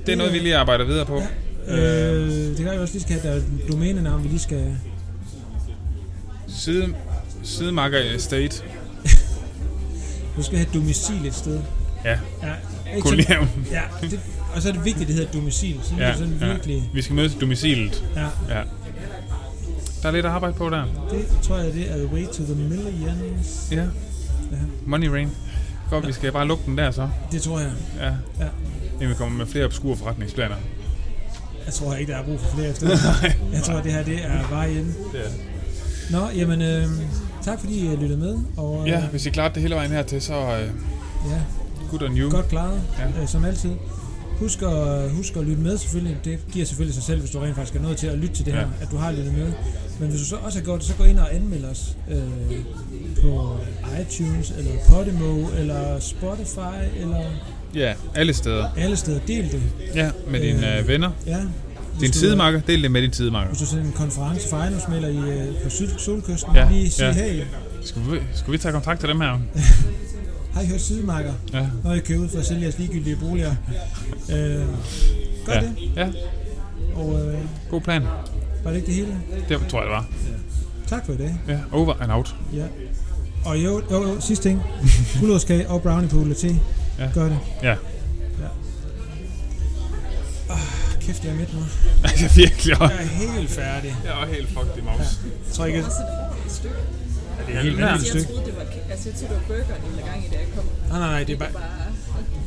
Speaker 1: Det er noget, vi lige arbejder videre på.
Speaker 2: øh, det kan jeg også lige skal have. Der er et domænenavn, vi lige skal...
Speaker 1: Side, sidemarker Estate.
Speaker 2: Du skal have et domicil et sted.
Speaker 1: Ja,
Speaker 2: Ja, ikke
Speaker 1: kun lige
Speaker 2: sådan-
Speaker 1: have.
Speaker 2: Ja, det, og så er det vigtigt, at det hedder domicil. Så ja,
Speaker 1: Ja,
Speaker 2: det sådan
Speaker 1: ja.
Speaker 2: virkelig...
Speaker 1: Vi skal mødes i domicilet.
Speaker 2: Ja,
Speaker 1: Ja. Der er lidt at arbejde på der.
Speaker 2: det tror jeg, det er the way to the millions.
Speaker 1: Ja.
Speaker 2: Ja,
Speaker 1: Money Rain. Godt, vi skal bare lukke den der så.
Speaker 2: det tror jeg.
Speaker 1: Ja.
Speaker 2: Ja.
Speaker 1: Inden vi kommer med flere obskure forretningsplaner.
Speaker 2: Jeg tror ikke, der er brug for flere efter. Jeg tror, det her det er vejen.
Speaker 1: Det er det.
Speaker 2: Nå, jamen, øh, tak fordi I lyttede med. Og, øh,
Speaker 1: Ja, hvis I klarer det hele vejen hertil, så uh,
Speaker 2: ja.
Speaker 1: good on you.
Speaker 2: Godt klaret,
Speaker 1: Ja.
Speaker 2: ja. øh, som altid. Husk at, husk at lytte med selvfølgelig. Det giver selvfølgelig sig selv, hvis du rent faktisk er nødt til at lytte til det
Speaker 1: Ja.
Speaker 2: ja. her, at du har lyttet med. Men hvis du så også har gjort det, så gå ind og anmeld os øh, på iTunes, eller Podimo, eller Spotify, eller
Speaker 1: Ja, alle steder.
Speaker 2: alle steder. Del det.
Speaker 1: Ja, med dine
Speaker 2: Øh,
Speaker 1: uh, venner.
Speaker 2: Ja.
Speaker 1: Din
Speaker 2: Hvis du-
Speaker 1: sidemarker, del det med din sidemarker.
Speaker 2: Hvis du sådan en konference for ejendomsmælder i, øh, på syd, Solkysten,
Speaker 1: Ja,
Speaker 2: ja. lige sige,
Speaker 1: ja.
Speaker 2: ja. hey,
Speaker 1: Skal vi, skal vi tage kontakt til dem her?
Speaker 2: har I hørt sidemarker?
Speaker 1: Ja.
Speaker 2: når I kører ud for at sælge jeres ligegyldige boliger. Øh, gør
Speaker 1: Ja.
Speaker 2: ja. det,
Speaker 1: ja,
Speaker 2: og øh,
Speaker 1: god plan.
Speaker 2: var det ikke det hele?
Speaker 1: Det tror jeg, det var.
Speaker 2: Tak for i dag.
Speaker 1: Ja, over and out.
Speaker 2: Ja. Og jo, jo, jo sidste ting. Guldårskage og brownie på latte.
Speaker 1: Ja.
Speaker 2: Ja. Gør det.
Speaker 1: Ja.
Speaker 2: ja. Oh, kæft, jeg er midt nu.
Speaker 1: Altså virkelig også.
Speaker 2: Jeg er helt færdig.
Speaker 1: Jeg er også helt fucked i mouse.
Speaker 2: Jeg tror ikke, at
Speaker 3: Også et ordentligt stykke.
Speaker 1: Ja, det er helt nærmest.
Speaker 3: altså, Jeg troede, det var, altså, jeg troede, det var burgeren, der gang i, da jeg kom.
Speaker 2: Ah, Nej, nej, nej, det er
Speaker 3: Det
Speaker 2: bare...
Speaker 3: var bare